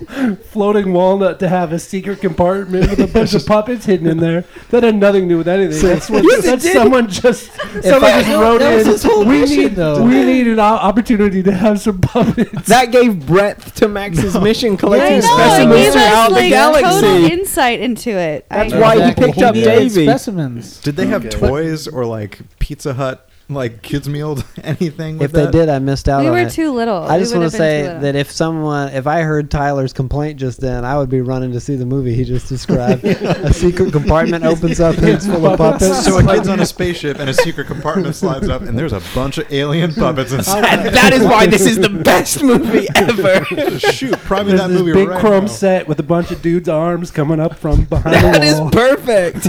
S2: floating walnut to have a secret compartment with a bunch of puppets hidden in there, that had nothing to do with anything. That's what.
S6: Yes, it
S2: that's
S6: did.
S2: someone just. Someone just wrote
S7: that was his whole
S2: in. We
S7: mission,
S2: need,
S7: though."
S2: we need an o- opportunity to have some puppets.
S6: That gave breadth to Max's mission collecting
S4: I know, it
S6: specimens
S4: gave
S6: throughout
S4: us
S6: the
S4: like
S6: galaxy.
S4: total insight into it.
S6: That's
S4: I-
S6: why he
S7: Exactly.
S6: picked up
S7: needed
S6: Davy.
S7: Specimens.
S3: Did they have
S2: Okay.
S3: toys or like Pizza Hut, like kids meal, anything? With
S1: if they
S3: that?
S1: did, I missed out
S4: we
S1: on
S4: were
S1: it.
S4: too little.
S1: I just
S4: We
S1: want
S4: would've
S1: to
S4: been
S1: say
S4: too little.
S1: that if someone, if I heard Tyler's complaint just then, I would be running to see the movie he just described. a secret compartment opens up and it's full of puppets.
S3: so a kid's on a spaceship and a secret compartment slides up, and there's a bunch of alien puppets inside.
S6: And that is why this is the best movie ever.
S3: Shoot, prime me
S2: There's
S3: that
S2: this
S3: movie
S2: big
S3: right
S2: chrome
S3: now.
S2: set with a bunch of dudes' arms coming up from behind
S6: That
S2: the
S6: is
S2: wall.
S6: perfect.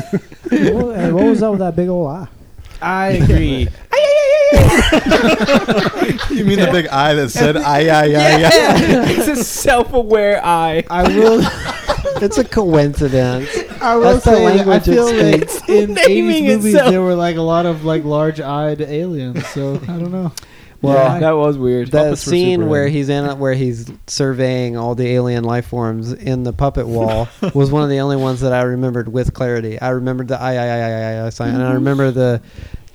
S5: Well, and what was up with that big old eye?
S7: I agree.
S3: You mean the big eye that said "I, I, I, I"?
S6: Yeah, it's a self-aware eye.
S7: I will.
S1: it's a coincidence.
S7: I will
S1: That's the
S7: say. I
S1: language it
S7: feel like in
S6: Naming
S7: '80s movies
S6: itself.
S7: there were like a lot of like large-eyed aliens. So I don't know.
S1: Well,
S7: Yeah.
S6: that was weird.
S1: the
S8: Puppets were
S1: scene
S8: super
S1: where
S8: in.
S1: he's in it, where he's surveying all the alien life forms in the puppet wall, was one of the only ones that I remembered with clarity. I remembered the I I I I I, I sign, and I remember the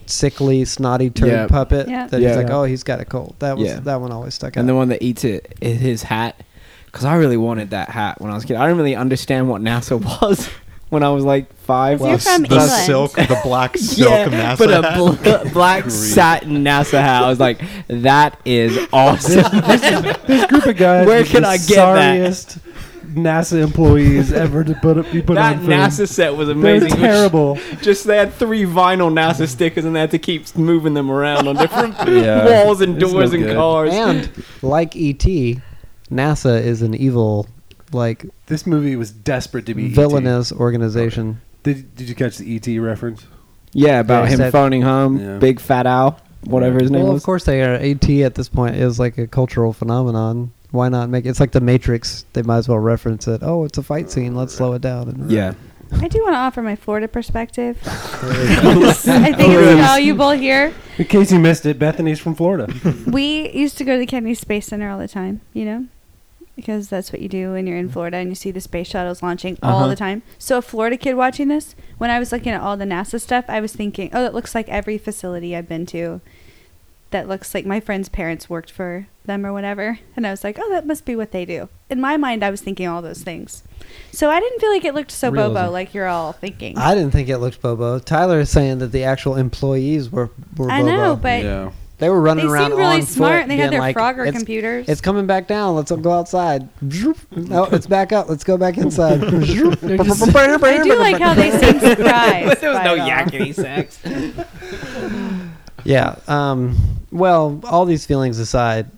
S1: sickly, snotty turd
S6: Yeah.
S1: puppet
S4: Yeah.
S1: that
S6: Yeah.
S1: he's like, oh, he's got a cold. That was
S6: Yeah.
S1: that one always stuck out.
S6: and the one that eats it is his hat. Because I really wanted that hat when I was a kid. I didn't really understand what NASA was when I was like five.
S4: You're from
S3: the
S4: England.
S3: silk, the black silk
S6: yeah,
S3: NASA.
S6: but
S3: hat.
S6: a bl- black satin NASA hat. I was like, that is awesome.
S2: This group of guys,
S6: Where
S2: is
S6: can
S2: the
S6: I get that?
S2: sorriest NASA employees ever to put up, be put
S6: that
S2: on film.
S6: NASA set was
S2: They're
S6: amazing. It was
S2: terrible.
S6: Just they had three vinyl NASA stickers and they had to keep moving them around on different
S8: Yeah,
S6: walls and
S8: it's no
S6: doors and
S8: good.
S6: cars.
S1: and like ET, NASA is an evil, like
S2: This movie was desperate to be villainous.
S1: villainous organization.
S2: Did, did you catch the ET reference?
S6: Yeah, about
S1: Yeah,
S6: him
S1: said-
S6: phoning home,
S2: Yeah.
S6: big fat owl, whatever his name
S1: Well, of
S6: was.
S1: course they are. ET at this point is like a cultural phenomenon. Why not make it's like the Matrix? They might as well reference it. Oh, it's a fight scene. Let's slow it down. And
S6: Yeah,
S4: I do want to offer my Florida perspective. I think it's valuable here.
S2: In case you missed it, Bethany's from Florida.
S4: We used to go to the Kennedy Space Center all the time, you know? because that's what you do when you're in Florida and you see the space shuttles launching
S7: Uh-huh.
S4: all the time. So a Florida kid watching this, when I was looking at all the NASA stuff, I was thinking, oh, that looks like every facility I've been to. That looks like my friend's parents worked for them or whatever. And I was like, oh, that must be what they do. In my mind, I was thinking all those things. So I didn't feel like it looked so bobo
S8: Realism.
S4: like you're all thinking.
S1: I didn't think it looked bobo. Tyler is saying that the actual employees were were
S4: I
S1: bobo.
S4: know, but
S2: yeah.
S1: they were
S4: they
S1: running around
S4: seemed really
S1: on
S4: smart
S1: foot
S4: and they
S1: being
S4: had their
S1: like,
S4: Frogger
S1: it's,
S4: computers.
S1: it's coming back down. Let's go outside. Oh, it's back up. Let's go back inside.
S4: I do like how they seem surprised.
S6: there was
S4: by
S6: no
S4: it all.
S6: yakety sex.
S1: Yeah. Um, well, all these feelings aside,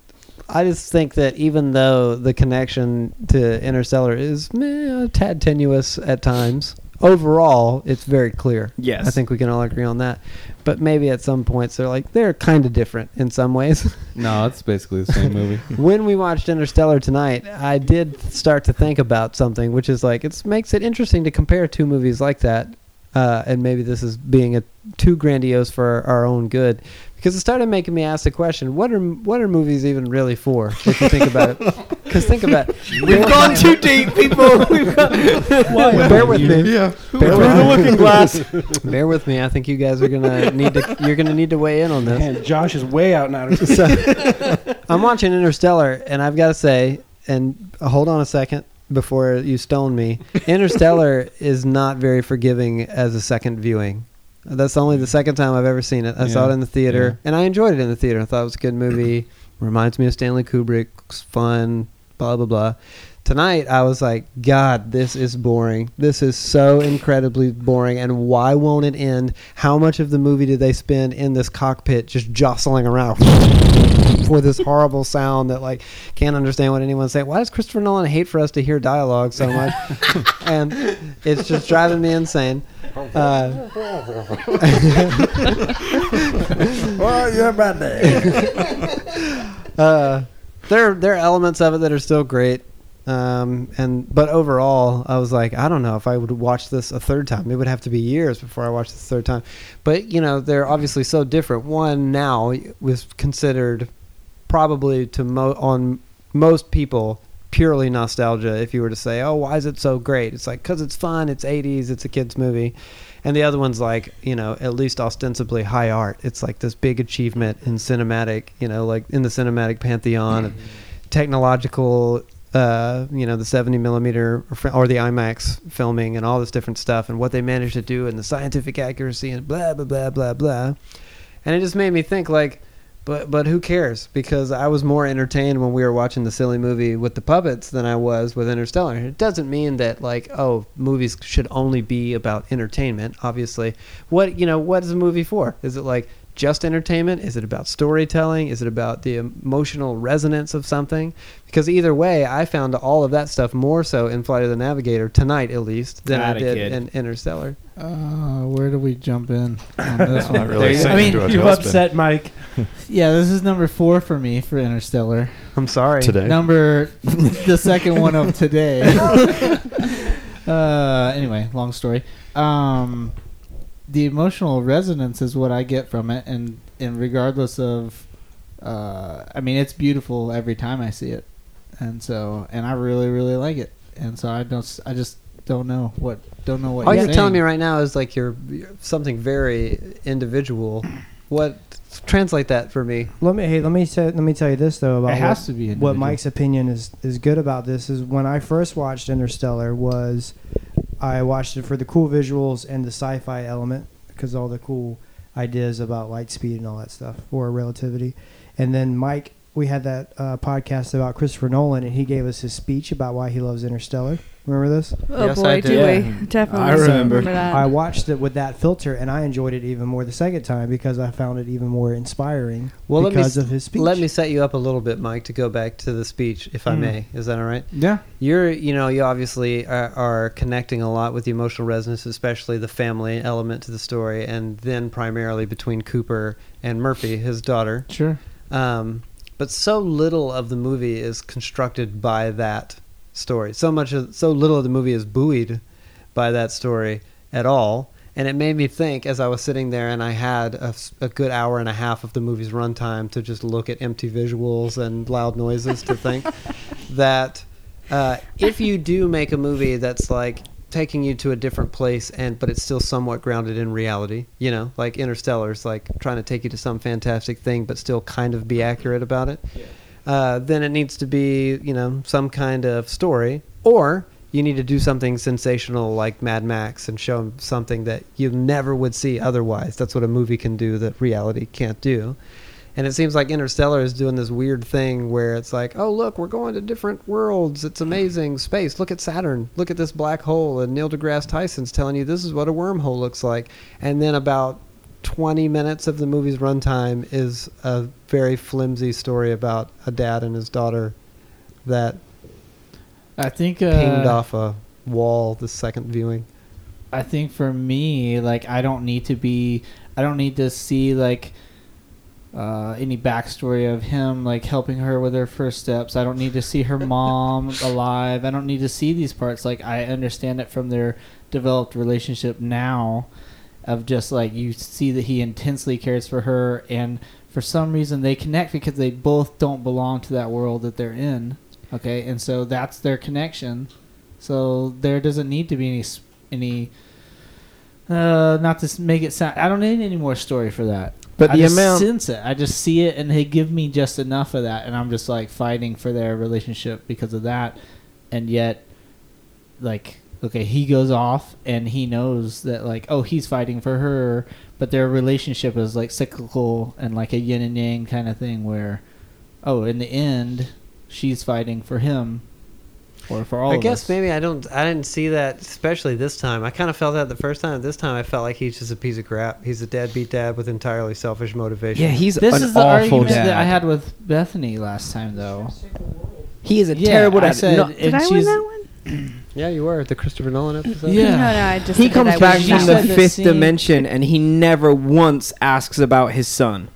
S1: I just think that even though the connection to Interstellar is meh, a tad tenuous at times, overall it's very clear.
S6: Yes.
S1: I think we can all agree on that. But maybe at some points they're like they're kind of different in some ways.
S8: No, it's basically the same movie.
S1: when we watched Interstellar tonight, I did start to think about something, which is like it makes it interesting to compare two movies like that. Uh, and maybe this is being a, too grandiose for our own good, because it started making me ask the question: What are what are movies even really for? If you think about it, because think about it.
S6: We've gone too deep, people. We've gone.
S1: bear with me.
S3: Yeah.
S1: Bear
S3: Through the
S1: with,
S3: looking glass.
S1: bear with me. I think you guys are gonna need to you're gonna need to weigh in on this.
S2: Man, Josh is way out now.
S1: so I'm watching Interstellar, and I've got to say, and hold on a second before you stone me. Interstellar is not very forgiving as a second viewing. That's only the second time I've ever seen it. I saw
S8: Yeah,
S1: it in the theater, and I enjoyed it in the theater. I thought it was a good movie. Reminds me of Stanley Kubrick's fun, blah blah blah. Tonight I was like, God, this is boring. This is so incredibly boring. And why won't it end? How much of the movie did they spend in this cockpit just jostling around? for this horrible sound that like can't understand what anyone's saying. Why does Christopher Nolan hate for us to hear dialogue so much? and it's just driving me insane. Uh,
S2: oh, you're my man.
S1: uh, there there are elements of it that are still great. Um, and but overall, I was like, I don't know if I would watch this a third time. It would have to be years before I watched this a third time. But you know, they're obviously so different. One now was considered probably to mo- on most people purely nostalgia. If you were to say, "Oh, why is it so great?" It's like because it's fun. It's '80s. It's a kids' movie. And the other one's like, you know, at least ostensibly high art. It's like this big achievement in cinematic, you know, like in the cinematic pantheon, of technological, uh, you know, the 70 millimeter or fr- or the IMAX filming and all this different stuff and what they managed to do and the scientific accuracy and blah, blah, blah, blah, blah. And it just made me think, like, but but who cares? Because I was more entertained when we were watching the silly movie with the puppets than I was with Interstellar. It doesn't mean that like oh movies should only be about entertainment. Obviously, what you know what is a movie for? Is it like just entertainment? Is it about storytelling? Is it about the emotional resonance of something? Because either way, I found all of that stuff more so in Flight of the Navigator tonight, at least, than I
S6: Atta
S1: did
S6: kid.
S1: in Interstellar.
S7: Uh, where do we jump in on this
S3: Not
S7: one?
S3: really
S6: you-
S3: sinking
S2: I mean,
S3: into a
S2: you've
S3: tailspin.
S2: upset Mike.
S7: Yeah, this is number four for me for Interstellar.
S1: I'm sorry.
S3: today.
S7: Number the second one of today. uh, anyway, long story. Um, the emotional resonance is what I get from it, and and regardless of, uh, I mean, it's beautiful every time I see it, and so and I really really like it, and so I don't s- I just don't know what don't know what.
S1: All
S7: you're
S1: you're telling me
S7: saying.
S1: right now is like you're, you're something very individual. What translate that for me?
S5: Let me hey, let me say, let me tell you this though about
S7: It
S5: what-
S7: has to be
S5: what
S7: individual.
S5: Mike's opinion is is good about this is when I first watched Interstellar was I watched it for the cool visuals and the sci-fi element because all the cool ideas about light speed and all that stuff or relativity, and then Mike we had that uh, podcast about Christopher Nolan and he gave us his speech about why he loves Interstellar. Remember this?
S4: Oh
S1: Yes,
S4: boy,
S1: I
S4: do
S6: did.
S4: we definitely
S6: I remember.
S4: that.
S5: I watched it with that filter and I enjoyed it even more the second time because I found it even more inspiring
S1: Well, let me
S5: because
S1: s-
S5: of his speech.
S1: Let me set you up a little bit, Mike, to go back to the speech, if I
S5: Mm.
S1: may. Is that all right?
S7: Yeah.
S1: You're, you know, you obviously are, are connecting a lot with the emotional resonance, especially the family element to the story, and then primarily between Cooper and Murphy, his daughter.
S7: Sure.
S1: Um, but so little of the movie is constructed by that story. So much, of, so little of the movie is buoyed by that story at all. And it made me think as I was sitting there, and I had a, s- a good hour and a half of the movie's runtime to just look at empty visuals and loud noises to think that Uh, if you do make a movie that's like taking you to a different place and but it's still somewhat grounded in reality, you know, like Interstellar's like trying to take you to some fantastic thing but still kind of be accurate about it. Uh, then it needs to be, you know, some kind of story or you need to do something sensational like Mad Max and show 'em something that you never would see otherwise. That's what a movie can do that reality can't do. And it seems like Interstellar is doing this weird thing where it's like, oh, look, we're going to different worlds. It's amazing. Space. Look at Saturn. Look at this black hole. And Neil deGrasse Tyson's telling you this is what a wormhole looks like. And then about 20 minutes of the movie's runtime is a very flimsy story about a dad and his daughter that
S7: I think
S1: pinged
S7: uh,
S1: off a wall the second viewing.
S7: I think for me, like I don't need to be, I don't need to see like uh, any backstory of him like helping her with her first steps. I don't need to see her mom alive. I don't need to see these parts. Like I understand it from their developed relationship now, of just like you see that he intensely cares for her, and for some reason they connect because they both don't belong to that world that they're in. Okay, and so that's their connection. So there doesn't need to be any s- any. Uh, not to s- make it sound. I don't need any more story for that.
S6: But
S7: I
S6: the
S7: just
S6: amount-
S7: sense it. I just see it, and they give me just enough of that, and I'm just like fighting for their relationship because of that, and yet, like, okay, he goes off, and he knows that like, oh, he's fighting for her, but their relationship is like cyclical and like a yin and yang kind of thing where, oh, in the end, she's fighting for him, or for all.
S1: I
S7: of
S1: guess
S7: us.
S1: maybe I don't. I didn't see that, especially this time. I kind of felt that the first time. This time, I felt like he's just a piece of crap. He's a deadbeat dad with entirely selfish motivation.
S6: Yeah, he's
S7: This
S6: an
S7: is the
S6: awful
S7: argument
S6: dad.
S7: that I had with Bethany last time, though.
S6: He is a
S7: Yeah,
S6: terrible
S7: I
S6: dad.
S7: said,
S6: No,
S4: Did
S7: and
S4: I win
S7: she's-
S4: that one?
S1: yeah, you were at the Christopher Nolan episode.
S7: Yeah.
S4: No, no, I just
S6: he
S4: said I
S6: comes
S4: won
S6: back
S4: that
S6: from
S4: one.
S6: the
S7: She's
S6: fifth
S7: seen-
S6: dimension and he never once asks about his son.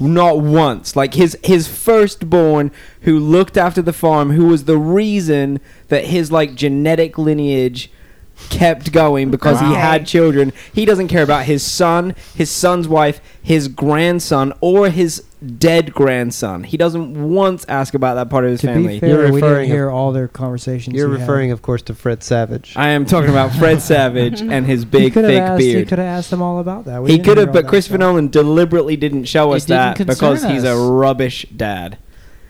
S6: Not once. Like his his firstborn who looked after the farm, who was the reason that his like genetic lineage kept going because he
S4: Wow.
S6: had children. He doesn't care about his son, his son's wife, his grandson, or his dead grandson. He doesn't once ask about that part of his
S5: To
S6: family.
S5: be fair,
S1: You're
S5: we
S1: referring
S5: didn't hear all their conversations.
S1: You're
S5: he had.
S1: referring, of course, to Fred Savage.
S6: I am talking about Fred Savage and his
S5: He
S6: big
S5: could
S6: thick
S5: have asked, He
S6: beard.
S5: could have asked them all about that. We
S6: he
S5: didn't
S6: could
S5: hear
S6: have,
S5: all
S6: but
S5: that
S6: Christopher
S5: stuff.
S6: Nolan deliberately didn't show
S7: It
S6: us
S7: didn't
S6: that because
S7: concern
S6: he's a
S7: us.
S6: rubbish dad.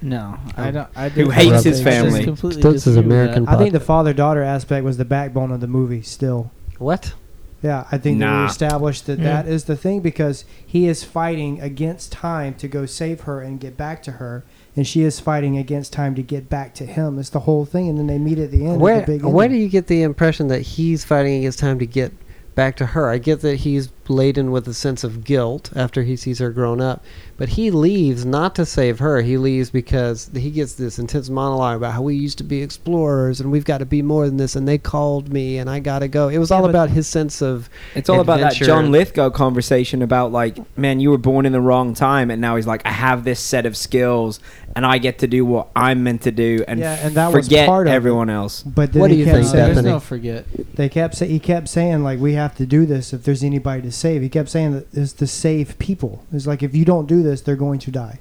S7: No, I don't. I
S6: Who
S7: don't-
S6: hates his
S7: I just
S6: family.
S7: completely
S1: Stokes is
S7: disagree with
S1: American.
S7: that.
S5: I think the father-daughter aspect was the backbone of the movie. Still,
S1: What?
S5: yeah, I think that
S6: Nah.
S5: we established that
S7: Yeah.
S5: that is the thing because he is fighting against time to go save her and get back to her, and she is fighting against time to get back to him. It's the whole thing, and then they meet at the end.
S1: Where?
S5: at the big
S1: Where do
S5: ending.
S1: you get the impression that he's fighting against time to get back to her? I get that he's laden with a sense of guilt after he sees her grown up, but he leaves not to save her. He leaves because he gets this intense monologue about how we used to be explorers and we've got to be more than this, and they called me and I got to go. It was all
S5: but-
S1: about his sense of
S6: It's all about that
S1: Adventure.
S6: John Lithgow conversation about like, man, you were born in the wrong time, and now he's like, I have this set of skills, and I get to do what I'm meant to do, and,
S5: Yeah, and that was
S6: forget
S5: part of it.
S6: everyone else.
S5: But then
S1: What do
S5: he
S1: you
S5: kept
S1: think,
S5: saying-
S7: There's
S1: Bethany?
S7: no forget.
S5: They kept say, he kept saying like we have to do this if there's anybody to save. He kept saying that it's to save people. It's like if you don't do this, they're going to die.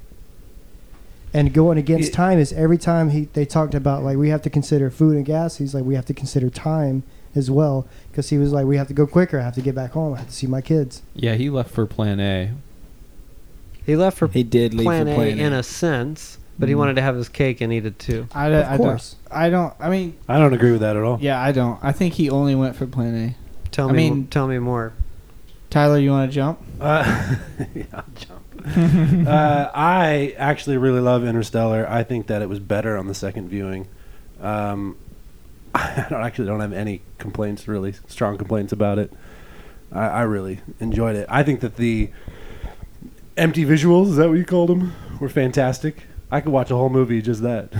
S5: And going against time is every time he they talked about like we have to consider food and gas. He's like we have to consider time as well because he was like we have to go quicker. I have to get back home. I have to see my kids.
S8: Yeah, he left for Plan A.
S1: he left for
S6: He did leave
S1: plan,
S6: for
S1: a,
S6: plan
S1: in a sense, but he
S7: Mm.
S1: wanted to have his cake and eat it too.
S7: I, don't-
S5: Of
S7: I don't.
S5: course,
S7: I don't. I mean,
S2: I don't agree with that at all.
S7: yeah, I don't. I think he only went for Plan A.
S1: Tell
S7: I
S1: me,
S7: mean-
S1: tell me more.
S7: Tyler, you want to jump?
S2: Uh, yeah, I'll jump. uh, I actually really love Interstellar. I think that it was better on the second viewing. Um, I don't actually don't have any complaints, really strong complaints about it. I, I really enjoyed it. I think that the empty visuals, is that what you called them, were fantastic. I could watch a whole movie just that.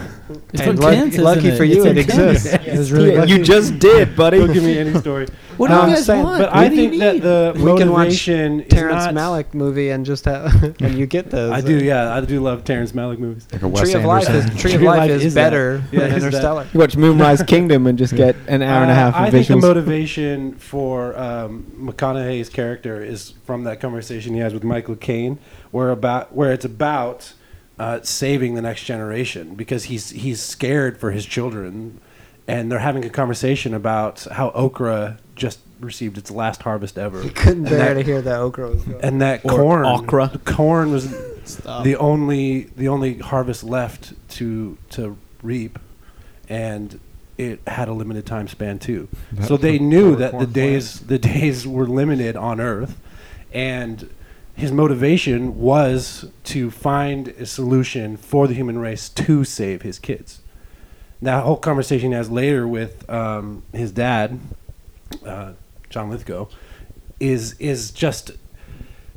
S7: It's
S1: And
S7: luck-
S1: lucky- lucky for you, it exists.
S5: it was really
S6: You just did, buddy.
S2: Don't give me any story.
S7: What do
S2: Um,
S7: you guys
S1: saying-
S7: want?
S2: But
S7: What
S2: I
S7: do you
S2: think that
S7: need?
S2: the
S1: We can watch
S2: motivation is
S1: Terrence
S2: not-
S1: Malick movie and just have and you get those.
S2: I do, yeah, I do love Terrence Malick movies.
S3: Like a Wes
S1: Tree of Life
S3: Anderson.
S1: is Tree of Life is
S2: that.
S1: better
S2: Yeah,
S1: than
S2: is that.
S1: Interstellar.
S6: You watch Moonrise Kingdom and just get an hour and a
S2: Uh,
S6: half
S2: I
S6: of
S2: think the
S6: visuals.
S2: motivation for um, McConaughey's character is from that conversation he has with Michael Caine, where about where it's about uh, saving the next generation because he's he's scared for his children, and they're having a conversation about how okra just received its last harvest ever.
S1: Couldn't
S2: And that-
S1: bear to hear that okra was going.
S2: and that
S1: Or
S2: corn
S1: okra.
S2: corn was
S7: Stop.
S2: the only the only harvest left to to reap and it had a limited time span too
S3: That
S2: so they
S3: poor-
S2: knew
S3: poor
S2: that the
S3: corn
S2: days the days were limited on earth and his motivation was to find a solution for the human race to save his kids that whole conversation he has later with um, his dad uh, John Lithgow, is is just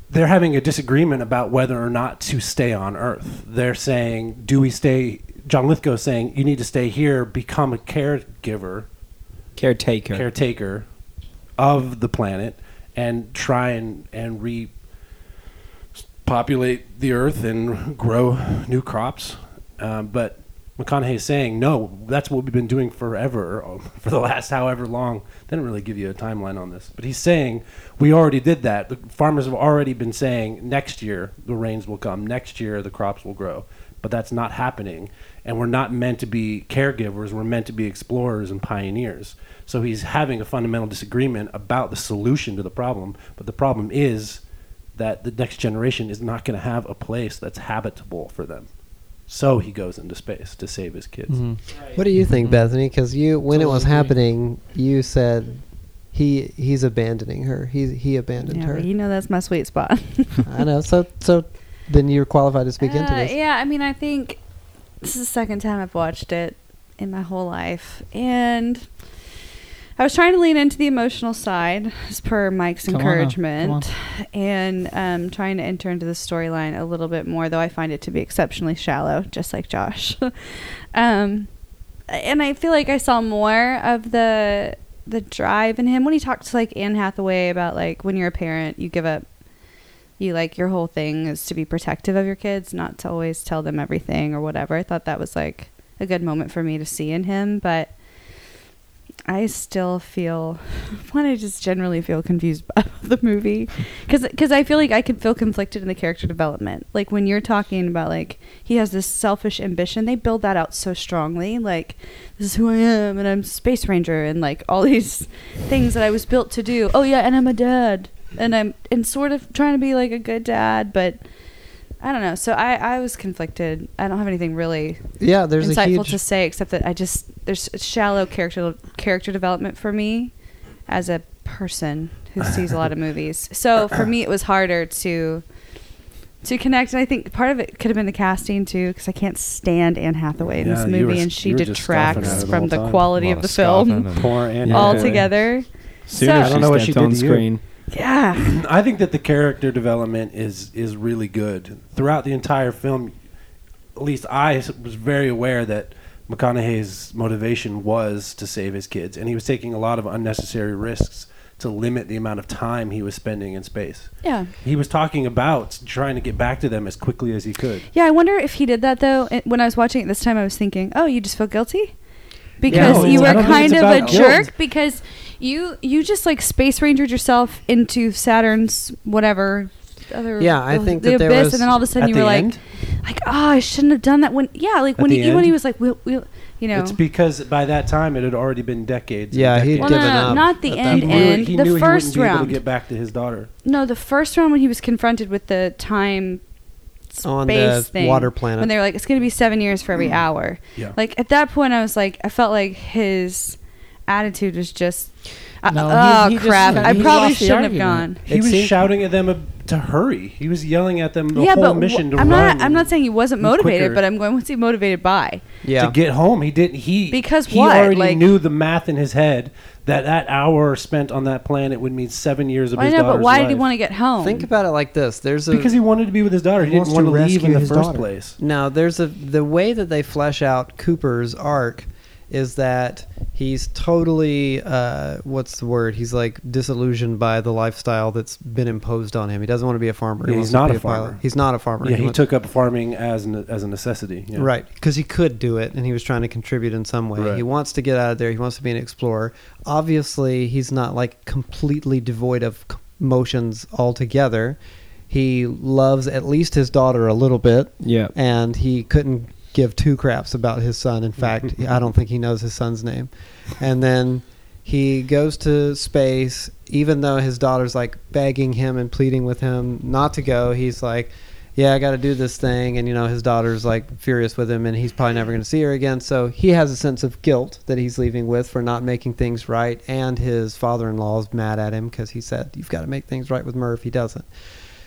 S2: they're having a disagreement about whether or not to stay on Earth. They're saying, "Do we stay?" John Lithgow is saying, "You need to stay here, become a caregiver,
S6: Caretaker.
S2: caretaker of the planet, and try and and re populate the Earth and grow new crops." Um, but McConaughey is saying, "No, that's what we've been doing forever, or for the last however long." They didn't really give you a timeline on this, but he's saying we already did that. The farmers have already been saying next year the rains will come, next year the crops will grow, but that's not happening. And we're not meant to be caregivers; we're meant to be explorers and pioneers. So he's having a fundamental disagreement about the solution to the problem, but the problem is that the next generation is not going to have a place that's habitable for them. So he goes into space to save his kids.
S1: What do you think, Bethany? Because you, when it was
S7: Totally agree.
S1: happening, you said he he's abandoning her. He he abandoned
S4: Yeah,
S1: her.
S4: but you know that's my sweet spot.
S1: I know. So so then you're qualified to speak into
S4: Uh,
S1: this.
S4: Yeah, I mean, I think this is the second time I've watched it in my whole life, and I was trying to lean into the emotional side, as per Mike's
S7: Come on now, come
S4: encouragement, and um, trying to enter into the storyline a little bit more. Though I find it to be exceptionally shallow, just like Josh. um, and I feel like I saw more of the the drive in him when he talked to like Anne Hathaway about like when you're a parent, you give up you like your whole thing is to be protective of your kids, not to always tell them everything or whatever. I thought that was like a good moment for me to see in him, but I still feel one. I just generally feel confused about the movie because I feel like I could feel conflicted in the character development. Like when you're talking about like he has this selfish ambition, they build that out so strongly. Like this is who I am, and I'm space ranger, and like all these things that I was built to do. Oh yeah, and I'm a dad, and I'm and sort of trying to be like a good dad, but I don't know. So I I was conflicted. I don't have anything really
S1: Yeah, there's a
S4: insightful
S1: huge.
S4: to say, except that I just there's shallow character character development for me as a person who sees a lot of movies. So for me, it was harder to to connect, and I think part of it could have been the casting too, because I can't stand Anne Hathaway in
S2: Yeah,
S4: this
S2: you were
S4: movie,
S2: s-
S4: and she
S2: you were just scoffing at
S4: detracts
S2: her the
S4: from
S2: whole
S4: the
S2: time.
S4: quality
S3: A lot
S4: of the
S3: scoffing
S4: film
S3: and-
S2: Poor Anne Hathaway.
S4: altogether.
S6: Soon as
S4: So-
S6: she
S2: I don't know what she
S6: stepped
S2: did
S6: on
S2: to you.
S6: screen.
S4: Yeah,
S2: I think that the character development is is really good throughout the entire film. At least I s- was very aware that McConaughey's motivation was to save his kids, and he was taking a lot of unnecessary risks to limit the amount of time he was spending in space.
S4: yeah.
S2: He was talking about trying to get back to them as quickly as he could.
S4: Yeah, I wonder if he did that though. It- When I was watching it this time, I was thinking, "Oh, you just feel guilty because
S2: No,
S4: you
S2: I
S4: were
S2: don't think
S4: kind
S2: it's
S4: of a
S2: about guilt.
S4: jerk because you you just like space rangered yourself into Saturn's whatever other
S1: Yeah, I think
S4: the
S1: that there
S4: abyss,
S1: was-
S4: and then all of a sudden
S2: At
S4: you
S2: the
S4: were
S2: end?
S4: like like oh I shouldn't have done that when yeah like
S2: At
S4: when
S2: the
S4: he, even when
S2: end?
S4: he was like we'll, we'll you know
S2: It's because by that time it had already been decades. and
S1: Yeah, he
S2: decades.
S4: well,
S1: did
S4: no,
S1: given
S4: no, no,
S1: up
S4: not the
S2: At that
S4: end
S2: point.
S4: end
S2: he knew
S4: the
S2: he
S4: first
S2: wouldn't be able
S4: round
S2: to get back to his daughter.
S4: No, the first round when he was confronted with the time space
S1: On the
S4: thing,
S1: water planet.
S4: when they were like, it's going to be seven years for every
S7: Hmm.
S4: hour.
S2: Yeah.
S4: Like at that point, I was like, I felt like his attitude was just, uh,
S7: No,
S4: oh
S7: he- he just
S4: crap,
S7: kinda-
S4: I
S7: he
S4: probably
S7: lost the
S4: shouldn't have
S7: argument.
S4: gone.
S2: He
S1: It
S2: was
S1: seemed-
S2: shouting at them ab- to hurry. He was yelling at them the
S4: yeah,
S2: whole
S4: but
S2: mission
S4: wh-
S2: to
S4: I'm
S2: run.
S4: not. I'm not saying he wasn't
S2: and
S4: motivated,
S2: quicker.
S4: but I'm going. What's he motivated by?
S1: Yeah,
S2: to get home. He didn't. He
S4: Because
S2: he
S4: what?
S2: already
S4: Like-
S2: knew the math in his head that that hour spent on that planet would mean seven years of
S4: Well, I
S2: his
S4: know,
S2: daughter's
S4: but why did he
S2: life.
S4: want to get home?
S1: think about it like this. There's a
S2: Because he wanted to be with his daughter. He,
S5: He
S2: didn't
S5: wants
S2: want to
S5: to
S2: leave in
S5: rescue
S2: the
S5: his
S2: first
S5: daughter.
S2: place.
S1: Now, there's a the way that they flesh out Cooper's arc is that he's totally uh, what's the word? He's like disillusioned by the lifestyle that's been imposed on him. He doesn't want to be a farmer. He
S2: Yeah,
S1: wants
S2: he's
S1: to
S2: not
S1: be
S2: a
S1: pilot.
S2: farmer.
S1: He's not a farmer.
S2: Yeah, he
S1: wants-
S2: took up farming as an, as a necessity. yeah.
S1: Right, because he could do it, and he was trying to contribute in some way.
S2: Right.
S1: He wants to get out of there. He wants to be an explorer. Obviously, he's not like completely devoid of c- emotions altogether. He loves at least his daughter a little bit,
S6: Yeah.
S1: and he couldn't give two craps about his son. In fact, I don't think he knows his son's name. And then he goes to space, even though his daughter's like begging him and pleading with him not to go. He's like, "Yeah, I got to do this thing," and you know his daughter's like furious with him, and he's probably never going to see her again. So he has a sense of guilt that he's leaving with for not making things right, and his father-in-law is mad at him because he said, "You've got to make things right with Murph." He doesn't.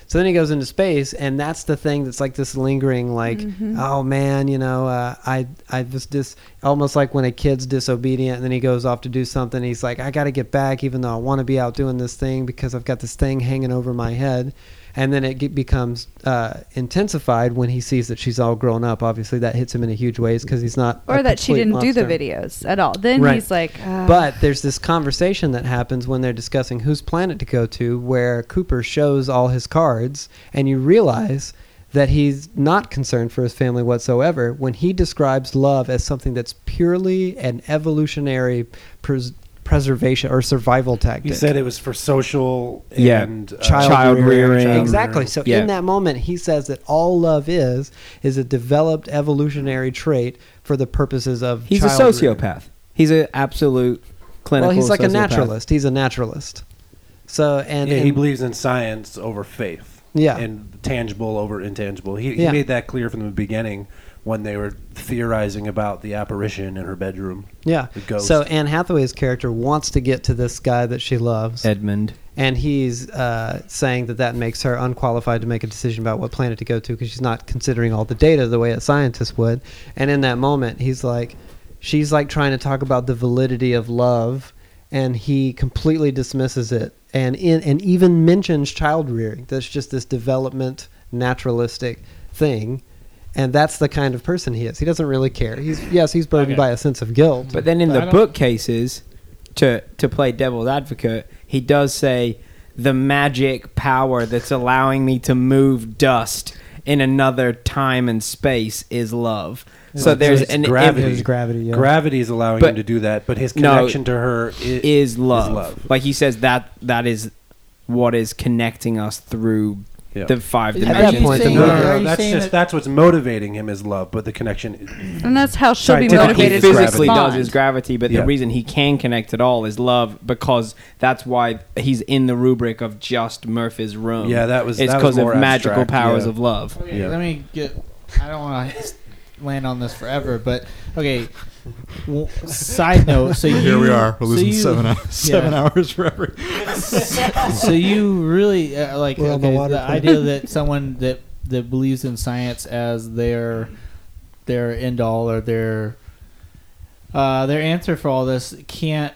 S1: So then he goes into space, and that's the thing that's like this lingering, like,
S4: Mm-hmm.
S1: oh man, you know, uh, I I was dis almost like when a kid's disobedient, and then he goes off to do something. He's like, I got to get back, even though I want to be out doing this thing because I've got this thing hanging over my head. And then it get, becomes uh, intensified when he sees that she's all grown up. Obviously, that hits him in a huge ways because he's not.
S4: or
S1: a
S4: that she
S1: complete
S4: didn't do the
S1: monster.
S4: videos at all. Then
S1: Right.
S4: he's like, "Ah."
S1: But there's this conversation that happens when they're discussing whose planet to go to, where Cooper shows all his cards, and you realize that he's not concerned for his family whatsoever when he describes love as something that's purely an evolutionary pres- preservation or survival tactic.
S2: He said it was for social
S6: Yeah.
S2: and uh,
S1: Child Child
S6: rearing. rearing.
S2: child
S1: Exactly.
S2: rearing.
S1: So
S6: Yeah.
S1: in that moment, he says that all love is is a developed evolutionary trait for the purposes of
S6: He's
S1: child
S6: a
S1: rearing.
S6: sociopath. He's an absolute clinical.
S1: Well, he's like a
S6: sociopath.
S1: naturalist. He's a naturalist. So and,
S2: yeah, he
S1: and-
S2: believes in science over faith.
S1: Yeah.
S2: And tangible over intangible. He, he
S1: Yeah.
S2: made that clear from the beginning when they were theorizing about the apparition in her bedroom.
S1: Yeah.
S2: The ghost.
S1: So Anne Hathaway's character wants to get to this guy that she loves,
S6: Edmund.
S1: and he's uh, saying that that makes her unqualified to make a decision about what planet to go to because she's not considering all the data the way a scientist would. And in that moment, he's like, she's like trying to talk about the validity of love, and he completely dismisses it, and in, and even mentions child rearing. That's just this development naturalistic thing. And that's the kind of person he is. He doesn't really care. He's yes, he's burdened
S7: Okay.
S1: by a sense of guilt.
S6: But then in
S7: But I
S6: the
S7: don't-
S6: bookcases, to to play devil's advocate, he does say the magic power that's allowing me to move dust in another time and space is love. So
S2: It's-
S6: there's
S2: it's
S6: an
S2: gravity.
S5: There's gravity, yeah.
S2: Gravity is allowing
S6: But-
S2: him to do that, but his
S6: No,
S2: connection to her i- is,
S6: is love.
S2: love.
S6: Like he says that that is what is connecting us through
S2: Yeah.
S6: the five
S7: At
S1: that
S6: dimensions.
S1: point,
S6: of
S1: the
S2: No, no,
S1: movie-
S2: no,
S7: Are
S2: no,
S7: you
S2: that's
S7: saying
S2: just
S7: that-
S2: that's what's motivating him is love, but the connection.
S4: and that's how she'll be
S2: Scientifically,
S6: he
S4: motivated to
S6: physically
S4: respond.
S6: does is gravity, but
S2: Yeah.
S6: the reason he can connect at all is love because that's why he's in the rubric of just Murphy's room.
S2: Yeah, that was-
S6: Um, it's
S2: that was
S6: of
S2: more
S6: magical
S2: abstract,
S6: powers
S2: yeah.
S6: of love.
S7: Okay,
S2: Yeah.
S7: Let me get. I don't want to land on this forever, but okay. W- side note. So
S3: Here
S7: you,
S3: we are. We're
S7: so
S3: losing
S7: you-
S3: seven hours, seven hours forever.
S7: So you really uh, like
S1: We're on the
S7: okay, the,
S1: water thing.
S7: idea that someone that that believes in science as their their end all or their uh, their answer for all this can't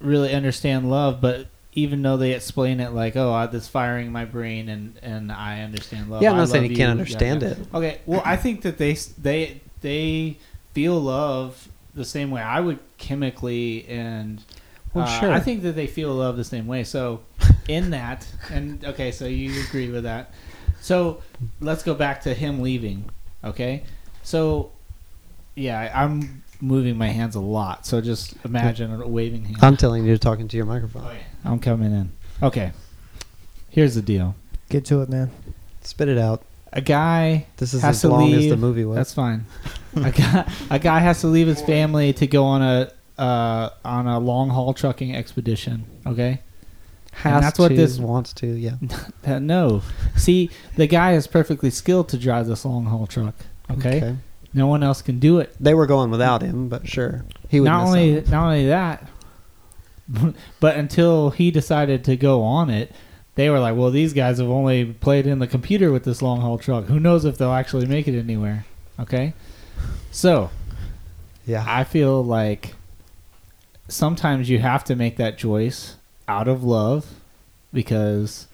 S7: really understand love, but even though they explain it like, oh, I, this firing my brain and and I understand love.
S1: yeah, I'm
S7: I
S1: not saying
S7: love
S1: he can't
S7: you, yada,
S1: understand
S7: yada.
S1: it.
S7: Okay, well, I think that they they they feel love the same way I would chemically, and
S1: Well,
S7: uh,
S1: sure.
S7: I think that they feel love the same way. So, in that, and okay, so you agree with that. So, let's go back to him leaving. Okay, so yeah, I, I'm moving my hands a lot. So just imagine a waving hand.
S1: I'm telling you, you're talking to your microphone.
S7: Oh, yeah, I'm coming in. Okay, here's the deal.
S5: Get to it, man.
S1: Spit it out.
S7: A guy
S1: This is
S7: Has
S1: as
S7: to
S1: long as the
S7: leave.
S1: movie was.
S7: That's fine. a, guy, a guy has to leave his family to go on a uh, on a long haul trucking expedition. Okay,
S1: Has
S7: that's what
S1: to,
S7: this-
S1: wants to. Yeah.
S7: Uh, no. See, the guy is perfectly skilled to drive this long haul truck. Okay? no one else can do it.
S1: They were going without him, but sure, he would.
S7: Not
S1: miss
S7: only
S1: out.
S7: not only that, but until he decided to go on it. They were like, well, these guys have only played in the computer with this long haul truck. Who knows if they'll actually make it anywhere? Okay? So,
S1: yeah.
S7: I feel like sometimes you have to make that choice out of love because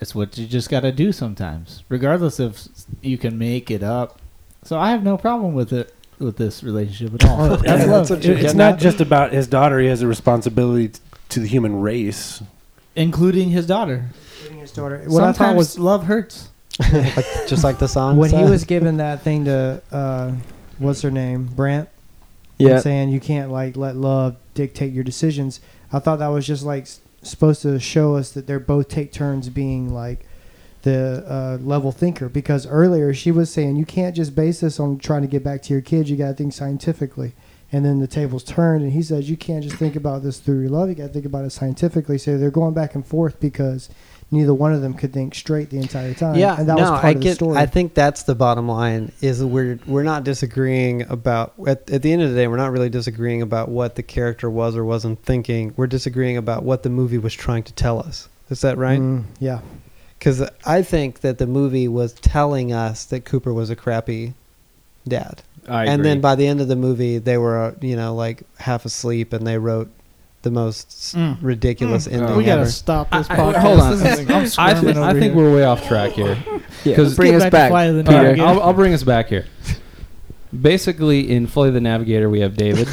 S7: it's what you just got to do sometimes, regardless if you can make it up. So I have no problem with it with this relationship at all. That's love,
S2: It- it's not just about his daughter. He has a responsibility t- to the human race.
S7: including his daughter.
S5: His daughter. What
S7: Sometimes
S5: I thought was
S7: love hurts.
S1: Like- just like the song.
S5: when he
S1: said.
S5: was giving that thing to uh, what's her name, Brant. and saying you can't like let love dictate your decisions. I thought that was just like s- supposed to show us that they're both take turns being like the uh, level thinker because earlier she was saying you can't just base this on trying to get back to your kids. You got to think scientifically. And then the tables turned, and he says you can't just think about this through your love. You got to think about it scientifically. So they're going back and forth because neither one of them could think straight the entire time.
S1: Yeah,
S5: and that
S1: no,
S5: was part
S1: I
S5: of
S1: get.
S5: the story.
S1: I think that's the bottom line. Is we're we're not disagreeing about at, at the end of the day, we're not really disagreeing about what the character was or wasn't thinking. We're disagreeing about what the movie was trying to tell us. Is that right?
S5: Mm, yeah.
S1: Because I think that the movie was telling us that Cooper was a crappy dad,
S8: I
S1: and
S8: agree.
S1: then by the end of the movie, they were uh, you know like half asleep, and they wrote the most s
S7: Mm.
S1: ridiculous ending
S7: we gotta
S1: ever.
S7: stop this
S8: I- I-
S7: podcast.
S8: hold on.
S7: This is- I'm
S8: I,
S7: squirming
S8: think,
S7: over
S8: I
S7: here.
S8: think we're way off track here.
S6: Yeah,
S8: 'Cause-
S6: bring
S7: Get
S6: us
S7: back to
S6: back,
S7: Fly of the
S6: Peter.
S7: Navigator.
S8: I'll, I'll bring us back here. Basically, in Flight of the Navigator, we have David.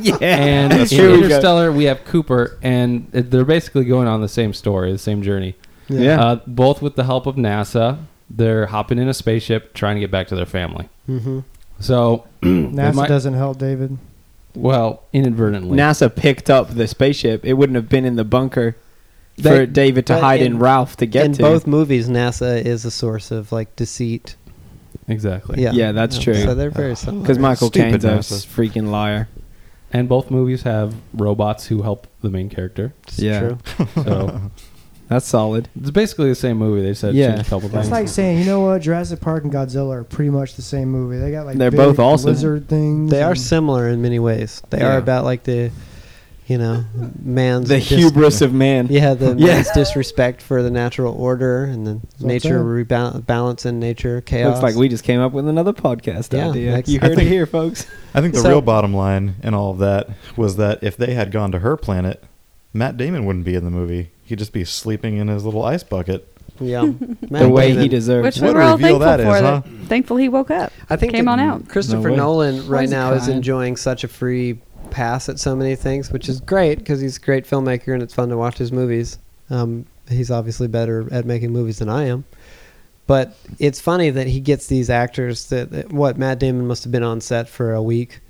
S6: yeah,
S8: and in
S6: Here we go.
S8: Interstellar, we have Cooper, and they're basically going on the same story, the same journey.
S6: Yeah.
S8: Uh, both with the help of NASA, they're hopping in a spaceship trying to get back to their family.
S1: Mm-hmm.
S8: So,
S5: NASA
S8: might-
S5: doesn't help David.
S8: well, inadvertently.
S6: NASA picked up the spaceship. It wouldn't have been in the bunker
S1: They-
S6: for David to
S1: but
S6: hide
S1: in-
S6: in Ralph to get
S1: in
S6: to.
S1: both movies, NASA is a source of like deceit.
S8: exactly.
S1: Yeah,
S6: Yeah, that's true.
S1: So they're very similar.
S6: because Michael
S3: Stupid
S6: Caine's a
S3: NASA.
S6: freaking liar.
S8: And both movies have robots who help the main character.
S1: It's
S6: Yeah.
S1: true.
S8: So,
S6: That's solid.
S8: it's basically the same movie. They just had to
S6: Yeah.
S8: change a couple
S5: That's
S8: things.
S5: like saying, you know what, Jurassic Park and Godzilla are pretty much the same movie. They got like
S6: They're
S5: big
S6: both awesome.
S5: lizard things.
S1: They are
S7: Mm-hmm.
S5: and-
S1: similar in many ways. They are
S6: Yeah.
S1: about like the, you know, man's
S6: The
S1: dis-
S6: hubris of man.
S1: Yeah, the
S6: Yeah.
S1: man's disrespect for the natural order and the
S5: what I'm
S1: nature reba- balance in nature chaos.
S6: Looks like we just came up with another podcast
S1: Yeah,
S6: idea.
S1: that's-
S6: You
S1: I
S6: heard it
S1: think-
S6: here, folks.
S3: I think the
S1: So-
S3: real bottom line in all of that was that if they had gone to her planet, Matt Damon wouldn't be in the movie. He'd just be sleeping in his little ice bucket.
S1: yeah,
S6: The way he
S4: Which
S6: deserves.
S4: we
S3: What a
S4: were all
S3: reveal
S4: thankful
S3: that is,
S4: for.
S3: huh?
S4: that- Thankful he woke up.
S1: I think
S4: came
S1: that
S4: on out.
S1: Christopher
S6: way.
S1: Nolan
S7: Why
S1: right
S7: is he
S1: now is
S7: crying?
S1: enjoying such a free pass at so many things, which is great because he's a great filmmaker and it's fun to watch his movies. Um, he's obviously better at making movies than I am. But it's funny that he gets these actors that, that- what Matt Damon must have been on set for a week,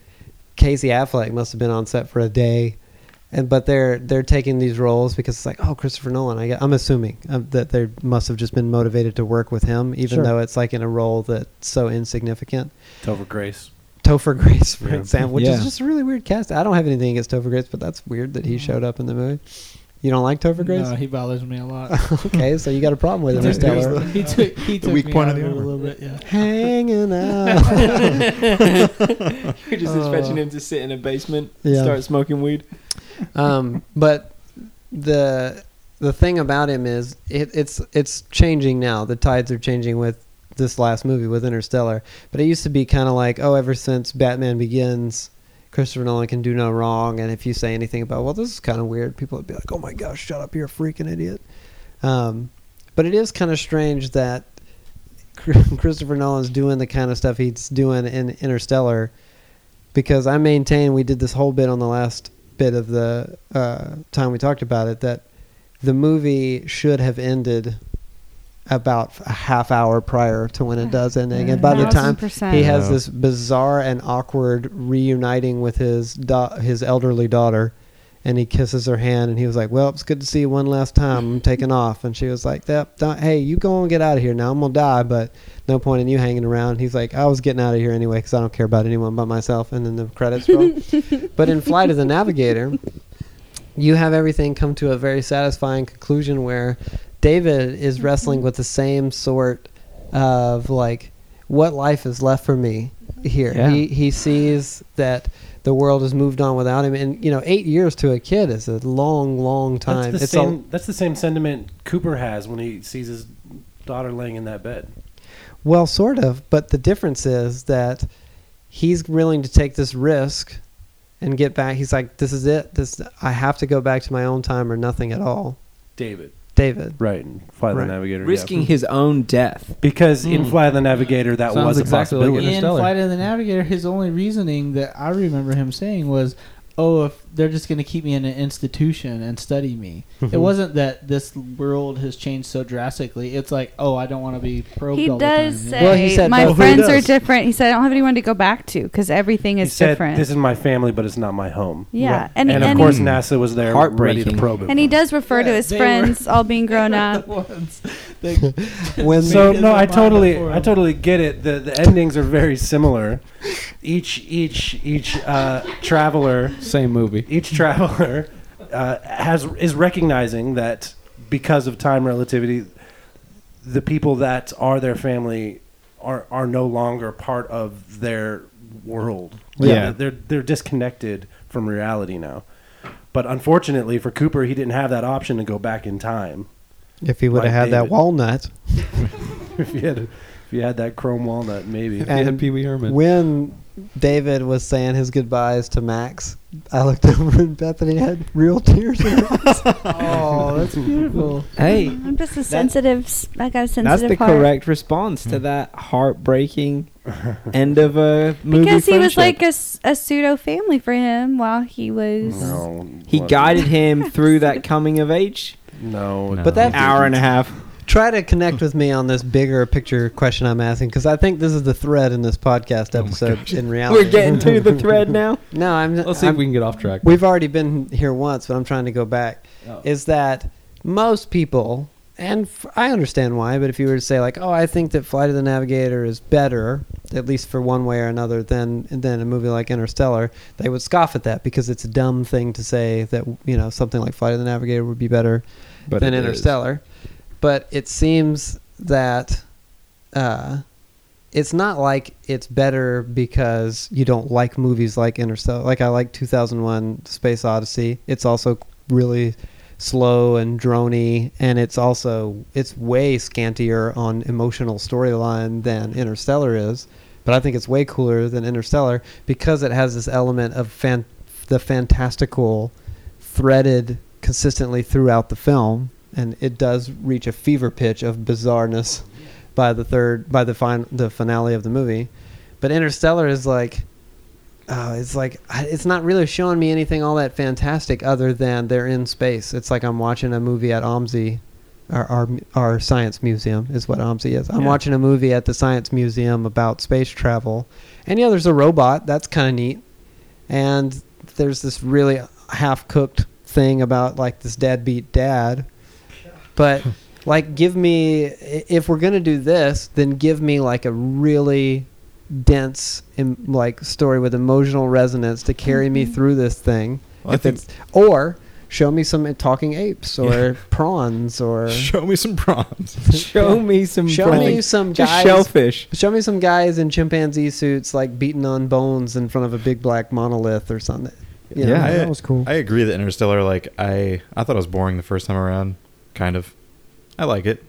S1: Casey Affleck must have been on set for a day, and but they're they're taking these roles because it's like oh Christopher Nolan I am assuming uh, that they must have just been motivated to work with him even
S5: Sure.
S1: though it's like in a role that's so insignificant.
S2: Topher Grace.
S1: Topher Grace, for
S2: Yeah.
S1: example, which
S6: Yeah.
S1: is just a really weird cast. I don't have anything against Topher Grace, but that's weird that he showed up in the movie. You don't like Topher Grace?
S7: No, he bothers me a lot.
S1: okay, so you got a problem with him,
S7: He took-
S1: Interstellar.
S7: he took, he took
S3: weak
S7: me
S3: point
S7: out
S3: of the
S7: it
S3: armor.
S7: a little bit. Yeah.
S1: Hanging out.
S6: You're just expecting him to sit in a basement, and
S1: Yeah.
S6: start smoking weed.
S1: um, but the the thing about him is it, it's it's changing now. The tides are changing with this last movie with Interstellar. But it used to be kind of like oh, ever since Batman Begins, Christopher Nolan can do no wrong. And if you say anything about well, this is kind of weird, people would be like, oh my gosh, shut up, you're a freaking idiot. Um, but it is kind of strange that Christopher Nolan's doing the kind of stuff he's doing in Interstellar because I maintain we did this whole bit on the last bit of the uh, time we talked about it that the movie should have ended about a half hour prior to when it does ending, and by the time he has
S3: Yeah.
S1: this bizarre and awkward reuniting with his da- his elderly daughter, and he kisses her hand, and he was like, "Well, it's good to see you one last time. I'm taking off." And she was like, "That, don't- hey, you go and get out of here now. I'm gonna die, but no point in you hanging around." He's like, "I was getting out of here anyway because I don't care about anyone but myself." And then the credits roll. but in Flight of the Navigator, you have everything come to a very satisfying conclusion where David is wrestling with the same sort of like what life is left for me here.
S6: Yeah.
S1: He he sees that the world has moved on without him and you know 8 years to a kid is a long long time.
S2: That's the,
S1: it's
S2: same,
S1: a,
S2: that's the same sentiment Cooper has when he sees his daughter laying in that bed.
S1: well sort of, but the difference is that he's willing to take this risk and get back. He's like this is it. This I have to go back to my own time or nothing at all.
S2: David.
S1: David.
S2: Right. And Fly
S1: Right.
S2: the Navigator. yeah.
S6: Risking his own death.
S2: Because in Fly the Navigator, that
S8: Sounds
S2: was
S8: exactly
S2: a
S8: like
S2: possibility.
S8: it.
S7: In
S8: Interstellar.
S7: Flight of the Navigator, his only reasoning that I remember him saying was, "Oh, if they're just going to keep me in an institution and study me."
S1: Mm-hmm.
S7: It wasn't that this world has changed so drastically. It's like, "Oh, I don't want to be probed."
S4: He
S7: all
S4: does
S7: the time.
S4: say,
S1: Well, he said
S4: "My
S1: both.
S2: Well, he
S4: friends are
S2: does.
S4: different." He said, "I don't have anyone to go back to because everything
S2: He
S4: is
S2: said,
S4: different."
S2: This is my family, but it's not my home.
S4: yeah,
S1: Right.
S4: and,
S2: And, of
S4: and
S2: course,
S4: he,
S2: NASA was there ready to
S6: Heartbreaking.
S2: probe him.
S4: and he does refer to
S7: Yeah,
S4: his
S7: they
S4: friends all being grown up.
S7: ones
S5: when
S2: so no,
S7: Maybe they'll
S2: I
S7: buy it
S2: totally,
S7: for
S2: I
S7: him.
S2: totally get it. The the endings are very similar. Each each each uh, traveler,
S8: Same movie.
S2: each traveler uh, has is recognizing that because of time relativity, the people that are their family are are no longer part of their world.
S8: Yeah.
S2: they're they're disconnected from reality now. But unfortunately for Cooper, he didn't have that option to go back in time.
S1: If he would
S2: Like
S1: have had that
S2: David.
S1: walnut,
S2: if he had, if he had that chrome walnut, maybe.
S1: And
S8: And Pee Wee Herman.
S1: when David was saying his goodbyes to Max, I looked over and Bethany had real tears. In her
S7: Oh, that's beautiful.
S6: Hey,
S4: I'm just a sensitive. s- I got a sensitive
S6: that's the
S4: heart.
S6: correct response to that heartbreaking end of a movie.
S4: because he was
S6: friendship.
S4: like a, s- a pseudo family for him while he was.
S2: No,
S6: he
S2: wasn't.
S6: guided him through that coming of age
S2: No,
S3: No.
S1: But that
S6: hour and a half.
S1: try to connect with me on this bigger picture question I'm asking because I think this is the thread in this podcast episode. in reality,
S6: Oh We're getting to the thread now.
S1: no. I'm.
S8: Let's see
S1: I'm-
S8: if we can get off track.
S1: We've already been here once, but I'm trying to go back. Is that most people, and f- I understand why, but if you were to say like, "Oh, I think that Flight of the Navigator is better, at least for one way or another, than than a movie like Interstellar," they would scoff at that because it's a dumb thing to say that you know something like Flight of the Navigator would be better
S8: But
S1: than
S8: it is.
S1: Interstellar. But it seems that. Uh, it's not like it's better because you don't like movies like Interstellar. Like I like 2001 Space Odyssey. It's also really slow and drony and it's also it's way scantier on emotional storyline than Interstellar is, but I think it's way cooler than Interstellar because it has this element of fan- the fantastical threaded consistently throughout the film and it does reach a fever pitch of bizarreness by the third by the fin- the finale of the movie. But Interstellar is like oh, it's like I- it's not really showing me anything all that fantastic other than they're in space. It's like I'm watching a movie at OMSI our, our our science museum is what OMSI is. I'm
S6: Yeah.
S1: watching a movie at the science museum about space travel. And yeah, there's a robot, that's kind of neat. And there's this really half-cooked thing about like this deadbeat dad. But like give me i- if we're gonna do this then give me like a really dense em, like story with emotional resonance to carry me through this thing
S3: Well, I
S1: If
S3: think-
S1: it's- or show me some talking apes or prawns or
S3: Show me some prawns.
S6: Show me some.
S1: show me
S6: prawns.
S1: some
S6: Just
S1: guys
S6: shellfish.
S1: show me some guys in chimpanzee suits like beating on bones in front of a big black monolith or something you know?
S6: Yeah,
S3: I-
S5: that was cool.
S3: I agree that Interstellar, like I, I thought it was boring the first time around. Kind of. I like it.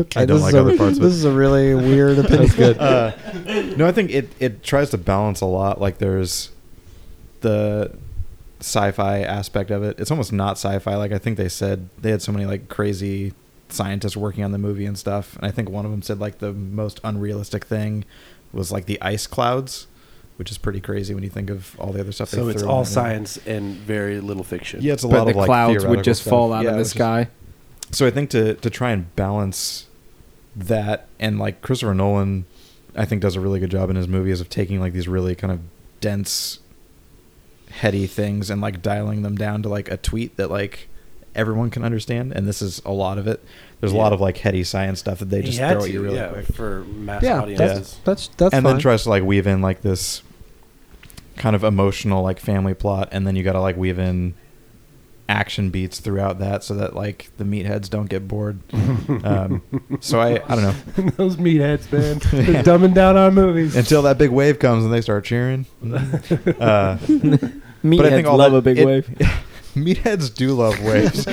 S1: okay,
S3: I don't
S1: this is
S3: like
S1: a-
S3: other parts of it.
S1: this is a really weird opinion
S3: Uh, no, I think it it tries to balance a lot. Like there's the sci-fi aspect of it. It's almost not sci-fi. Like I think they said they had so many like crazy scientists working on the movie and stuff. And I think one of them said like the most unrealistic thing was like the ice clouds, which is pretty crazy when you think of all the other stuff.
S2: so
S3: they
S2: it's
S3: threw
S2: all
S3: in there.
S2: science and very little fiction.
S3: Yeah, it's a
S6: But
S3: lot
S6: the
S3: of like
S6: clouds would
S3: theoretical
S6: just
S3: stuff.
S6: fall out
S3: Yeah,
S6: of
S3: it
S6: the
S3: was just-
S6: sky.
S3: so I think to to try and balance that and like Christopher Nolan, I think does a really good job in his movies of taking like these really kind of dense, heady things and like dialing them down to like a tweet that like everyone can understand. And this is a lot of it. There's a lot
S2: Yeah.
S3: of like heady science stuff that they
S2: He
S3: just
S2: had
S3: throw at
S2: to,
S3: you really
S2: yeah,
S3: quick
S2: for mass
S1: yeah
S2: audiences.
S1: that's that's that's
S3: and
S1: fine.
S3: then tries to like weave in like this kind of emotional like family plot and then you gotta like weave in action beats throughout that so that like the meatheads don't get bored um, so i i don't know
S2: Those meatheads, man, they're dumbing down our movies.
S3: until that big wave comes and they start cheering uh,
S6: Me
S3: but i think all
S6: love
S3: that-
S6: a big
S3: it-
S6: wave.
S3: meatheads do love waves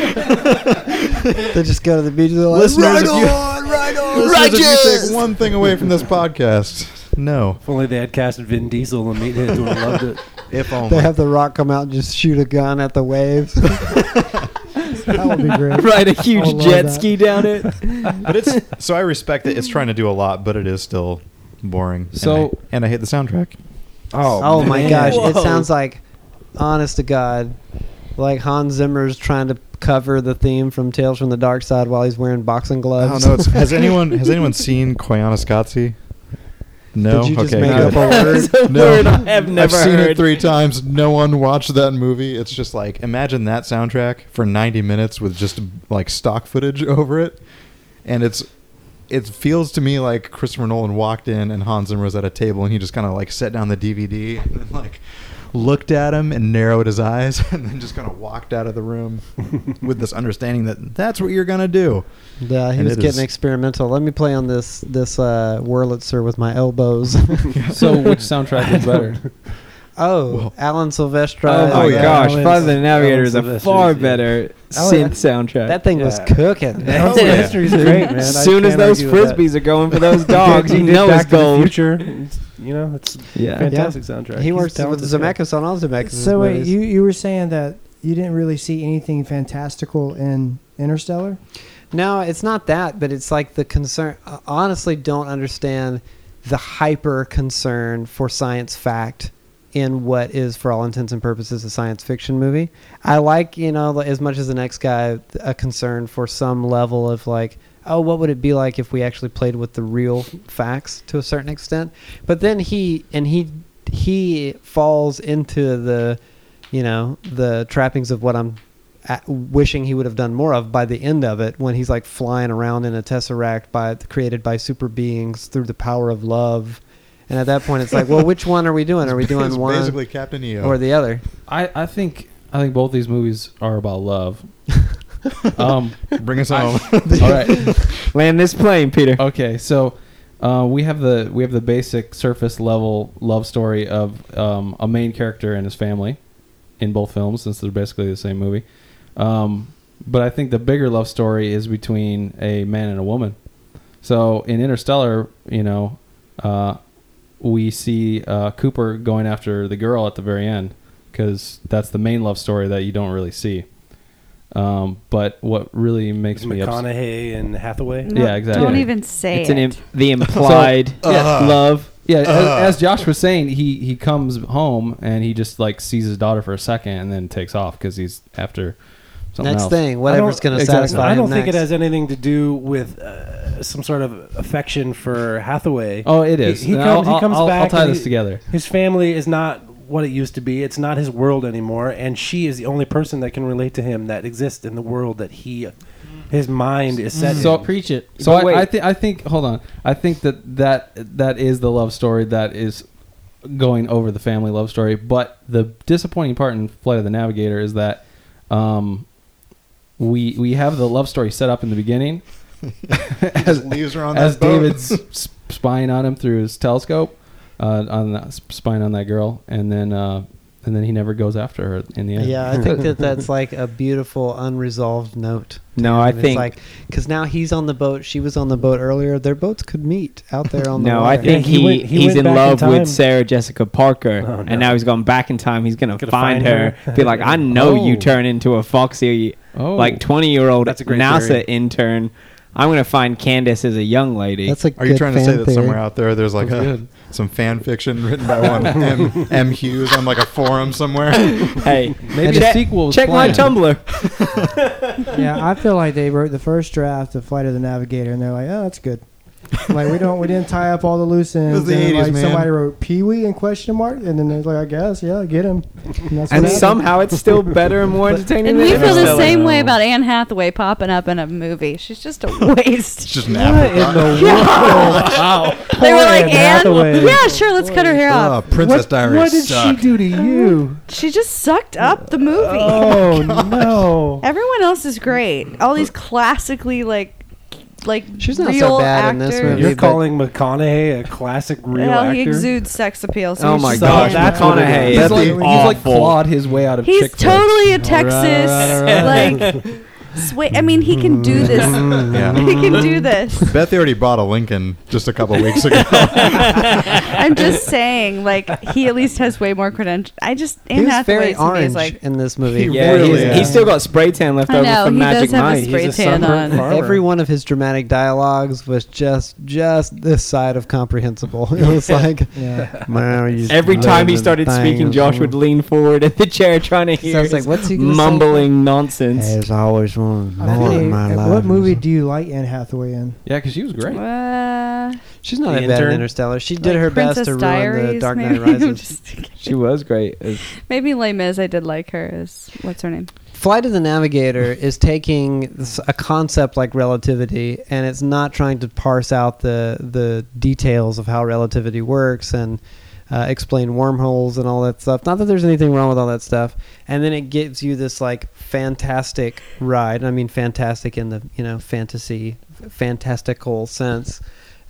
S1: they just go to the beach and they're like,
S3: listeners
S1: "Right
S3: if
S1: on!"
S3: you, right on listeners, if you take one thing away from this podcast no
S2: If only they had cast Vin Diesel and meatheads would have loved it.
S3: if only
S1: They have The Rock come out and just shoot a gun at the waves.
S5: That would be great.
S6: Ride a
S5: I
S6: huge
S5: love
S6: jet
S5: that.
S6: ski down it.
S3: but it's so I respect it. It's trying to do a lot, but it is still boring. And
S8: So-
S3: I- and I, hate the soundtrack.
S1: Oh, my
S2: man.
S1: gosh! It
S6: Whoa.
S1: sounds like, honest to God, like Hans Zimmer's trying to cover the theme from Tales from the Dark Side while he's wearing boxing
S3: I
S1: gloves.
S3: don't know. It's, has anyone has anyone seen Koyaanisqatsi? No.
S1: Did you just
S3: okay.
S1: make
S3: good.
S1: up a word?
S6: That's a
S3: No.
S6: word I have never
S3: I've seen
S6: heard.
S3: it three times. No one watched that movie. It's just like imagine that soundtrack for 90 minutes with just like stock footage over it. and it's it feels to me like Christopher Nolan walked in and Hans Zimmer was at a table and he just kind of like set down the DVD and then like looked at him and narrowed his eyes and then just kind of walked out of the room with this understanding that that's what you're gonna do.
S1: Yeah, he
S3: And
S1: was
S3: it
S1: getting
S3: is-
S1: experimental. Let me play on this this uh, Wurlitzer with my elbows.
S8: So which soundtrack was better?
S1: oh,
S3: Whoa.
S1: Alan Silvestri.
S6: Oh my
S3: yeah.
S6: gosh,
S2: Alan-
S6: Father the Navigator
S2: Alan
S6: is a
S2: Sylvester,
S6: far
S2: yeah.
S6: better
S1: Oh, yeah.
S6: synth soundtrack.
S1: That thing was
S2: Yeah.
S1: cooking.
S2: Alan
S3: yeah.
S2: Silvester's great, man. I
S6: as soon as
S2: can't
S6: those
S2: argue with that.
S6: frisbees are going for those dogs,
S2: He
S6: you
S2: did
S6: know
S2: Back
S6: it's
S2: to the
S6: gold.
S2: Future. It's- You know, it's
S6: Yeah.
S2: fantastic soundtrack.
S1: he
S2: He's
S1: works with
S2: talented, yeah.
S1: Zemeckis on all Zemeckis.
S5: So wait,
S1: movies.
S5: you you were saying that you didn't really see anything fantastical in Interstellar?
S1: No, it's not that, but it's like the concern. I honestly don't understand the hyper concern for science fact in what is, for all intents and purposes, a science fiction movie. I like, you know, as much as the next guy, a concern for some level of like, oh, what would it be like if we actually played with the real facts to a certain extent? But then he and he he falls into the, you know, the trappings of what I'm at, wishing he would have done more of by the end of it when he's like flying around in a tesseract by created by super beings through the power of love and at that point it's like well which one are we doing are we
S3: It's
S1: doing one
S3: basically Captain
S1: or
S3: EO?
S1: the other
S8: I, I think I think both these movies are about love. um,
S3: Bring us home.
S8: all right.
S6: Land this plane, Peter.
S8: Okay, so uh, we have the we have the basic surface level love story of um, a main character and his family in both films, since they're basically the same movie. Um, but I think the bigger love story is between a man and a woman. So in Interstellar, you know, uh, we see uh, Cooper going after the girl at the very end because that's the main love story that you don't really see. Um, but what really makes me upset.
S2: McConaughey and Hathaway.
S8: Yeah, exactly.
S4: Don't even say
S6: It's
S4: it.
S6: an Im- the implied
S2: uh-huh.
S3: uh,
S6: love.
S8: Yeah, as, as Josh was saying, he he comes home and he just like sees his daughter for a second and then takes off because he's after something
S1: next
S8: else.
S1: thing whatever's
S2: don't-
S1: going to
S8: exactly.
S1: satisfy
S2: I
S1: him
S2: don't think
S1: next.
S2: it has anything to do with uh, some sort of affection for Hathaway.
S8: Oh, it is.
S2: He- he
S8: And
S2: comes-
S8: I'll,
S2: he comes
S8: I'll- I'll
S2: back
S8: tie
S2: and
S8: this
S2: he-
S8: together.
S2: His family is not what it used to be. It's not his world anymore, and she is the only person that can relate to him that exists in the world that he, his mind is set
S8: So-
S2: in.
S7: Preach it.
S8: So
S2: But
S8: I,
S2: wait.
S8: I think I think hold on. I think that that that is the love story that is going over the family love story. But the disappointing part in Flight of the Navigator is that um, we we have the love story set up in the beginning,
S3: Just leaves her on
S8: as
S3: that boat.
S8: David's s- spying on him through his telescope, uh, on that, sp- spying on that girl, and then uh, and then he never goes after her in the end.
S1: yeah, I think that that's like a beautiful unresolved note.
S6: No, I
S1: And it's
S6: think
S1: like because now he's on the boat, she was on the boat earlier. Their boats could meet out there on the
S6: no, I
S1: water.
S6: think
S2: Yeah, he
S6: he,
S2: went- he
S6: he's
S2: went
S6: in
S2: back in
S6: love
S2: time.
S6: with Sarah Jessica Parker,
S2: Oh, no.
S6: and now he's gone back in time. He's gonna,
S2: Gonna
S6: find,
S2: find
S6: her,
S2: her.
S6: be like, "I know you
S8: Oh.
S6: turn into a foxy,
S8: Oh,
S6: like twenty year old
S2: That's a great
S6: NASA
S2: theory.
S6: intern. I'm gonna find Candace as a young lady."
S1: that's a
S3: Are
S1: good
S3: you trying to
S1: fan
S3: say that
S1: theory.
S3: somewhere out there there's like
S8: That's
S3: a,
S8: good.
S3: some fan fiction written by one M, M Hughes on like a forum somewhere?
S6: hey,
S8: maybe a
S6: check,
S8: sequel. was
S6: check my
S8: planned.
S6: Tumblr.
S5: yeah, I feel like they wrote the first draft of Flight of the Navigator, and they're like, "Oh, that's good." like we don't, we didn't tie up all the loose ends.
S3: was the
S5: and,
S3: 80s,
S5: like,
S3: man.
S5: Somebody wrote Pee Wee in question mark, and then they're like, "I guess, yeah, get him." And, that's
S6: And
S5: what happened.
S6: somehow it's still better and more entertaining.
S4: and
S6: than
S4: we feel the
S6: Interstellar.
S4: same way about Anne Hathaway popping up in a movie. She's just a waste.
S3: It's just an afterthought.
S4: they were
S5: Poor
S4: like,
S5: Anne
S4: Anne,
S5: Hathaway.
S4: yeah, sure, let's cut her hair off.
S3: Ugh, Princess Diaries
S7: what did
S3: suck.
S7: she do to you?
S4: She just sucked up the movie.
S5: Oh no!
S4: Everyone else is great. All these classically like, like
S1: She's not so
S4: real
S1: bad in
S4: actors.
S1: this movie.
S2: You're
S1: but-
S2: calling McConaughey a classic real
S4: well,
S2: actor.
S4: he exudes sex appeal. So
S6: Oh
S4: he's
S6: my
S4: just
S6: gosh,
S4: fine.
S2: that's what it
S6: McConaughey
S2: is.
S8: He's
S6: is
S2: That's
S8: like, he's like
S6: awful.
S8: clawed his way out of
S4: He's
S8: chick flicks.
S4: totally a Texas. Like, sway. I mean, he can do this.
S3: Yeah.
S4: he can do this.
S3: Bet they already bought a Lincoln just a couple weeks ago.
S4: I'm just saying, like, he at least has way more credentials. I just
S1: He
S4: Anne
S1: was
S4: Hathaway
S1: very
S4: to me is
S1: orange
S4: like.
S1: in this movie.
S3: He
S6: Yeah,
S3: Really?
S6: he's,
S3: Yeah.
S6: he's still got spray tan left
S4: I
S6: over
S4: know
S6: from
S4: he
S6: Magic
S4: does have
S6: Mike.
S4: a spray
S2: He's a
S4: tan
S2: sunburned
S4: on.
S2: farmer.
S1: Every one of his dramatic dialogues was just just this side of comprehensible. It was like
S5: Yeah.
S1: "Wow, you just
S6: Every time he
S1: learning
S6: started speaking,
S1: things."
S6: Josh would lean forward in the chair trying to
S1: So I
S6: hear
S1: was like,
S6: his
S1: "What's he gonna say?"
S6: mumbling nonsense.
S1: As I always wanted
S4: Oh,
S5: I
S1: more in
S5: think-
S1: my life.
S5: what movie do you like Anne Hathaway in?
S8: Yeah, because she was great.
S4: Uh,
S1: She's not
S2: The
S1: that bad in
S2: Intern?
S1: Interstellar. She did
S4: like
S1: her best
S4: Princess
S1: to ruin
S4: Diaries,
S1: the Dark
S4: maybe.
S1: Knight
S4: I'm
S1: Rises.
S4: just kidding.
S6: She was great. as-
S4: Maybe Les Mis, I did like her. Is what's her name?
S1: Flight of the Navigator is taking this, a concept like relativity, and it's not trying to parse out the the details of how relativity works and uh, explain wormholes and all that stuff. Not that there's anything wrong with all that stuff. And then it gives you this like fantastic ride. And I mean, fantastic in the you know fantasy, fantastical sense.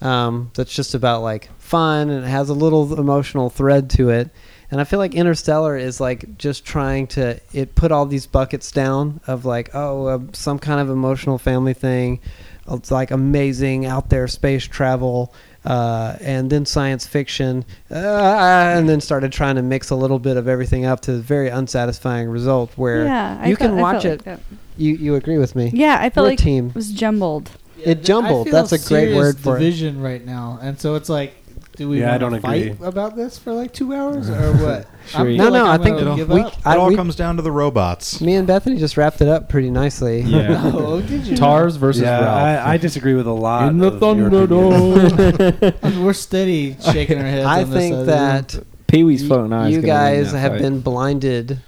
S1: Um, that's just about like fun, and it has a little emotional thread to it. And I feel like Interstellar is like just trying to it put all these buckets down of like oh uh, some kind of emotional family thing, it's like amazing out there space travel, uh, and then science fiction, uh, and then started trying to mix a little bit of everything up to a very unsatisfying result where
S4: yeah, I
S1: you
S4: felt-
S1: can
S4: I
S1: watch
S4: felt
S1: it.
S4: like that.
S1: you you agree with me?
S4: yeah, I felt
S1: We're a
S4: like
S1: team.
S4: it was jumbled.
S1: It
S7: th-
S1: jumbled.
S7: I feel
S1: That's a great
S7: serious
S1: word for it.
S7: division right now, and so it's like, do we
S2: Yeah, I
S7: wanna
S2: don't
S7: fight
S2: agree.
S7: about this for like two hours or what?
S8: Sure.
S7: feel
S1: No, no,
S7: I'm
S1: I think
S7: gonna
S3: it'll-
S7: give
S1: we-
S7: up.
S3: It
S1: I-
S3: all
S1: we-
S3: comes down to the robots.
S1: Me and Bethany just wrapped it up pretty nicely.
S8: Yeah.
S7: Oh, did you?
S8: Tars versus
S2: yeah,
S8: Ralph.
S2: I, I disagree with a lot.
S8: In the
S2: of your opinion.
S8: Thunderdome.
S7: We're steady shaking our heads.
S1: I
S7: on this
S1: think
S7: side.
S1: that
S6: Pee Wee's
S1: y-
S6: floating eyes.
S1: you
S6: gonna win
S1: guys
S6: that
S1: have
S6: fight.
S1: been blinded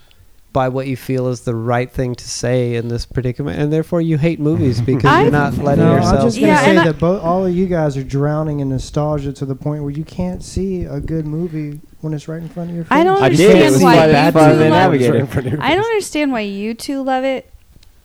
S1: by what you feel is the right thing to say in this predicament, and therefore you hate movies because
S4: I-
S1: you're not letting
S5: No,
S1: yourself.
S5: I'm just
S4: Yeah,
S5: gonna say
S4: and I-
S5: that both all of you guys are drowning in nostalgia to the point where you can't see a good movie when it's right in front of your face.
S4: I don't
S6: I did. It
S4: understand
S6: was
S4: why
S6: Flight
S4: you
S6: of
S4: two
S6: the
S4: love.
S6: Navigator.
S4: I don't understand why you two love it.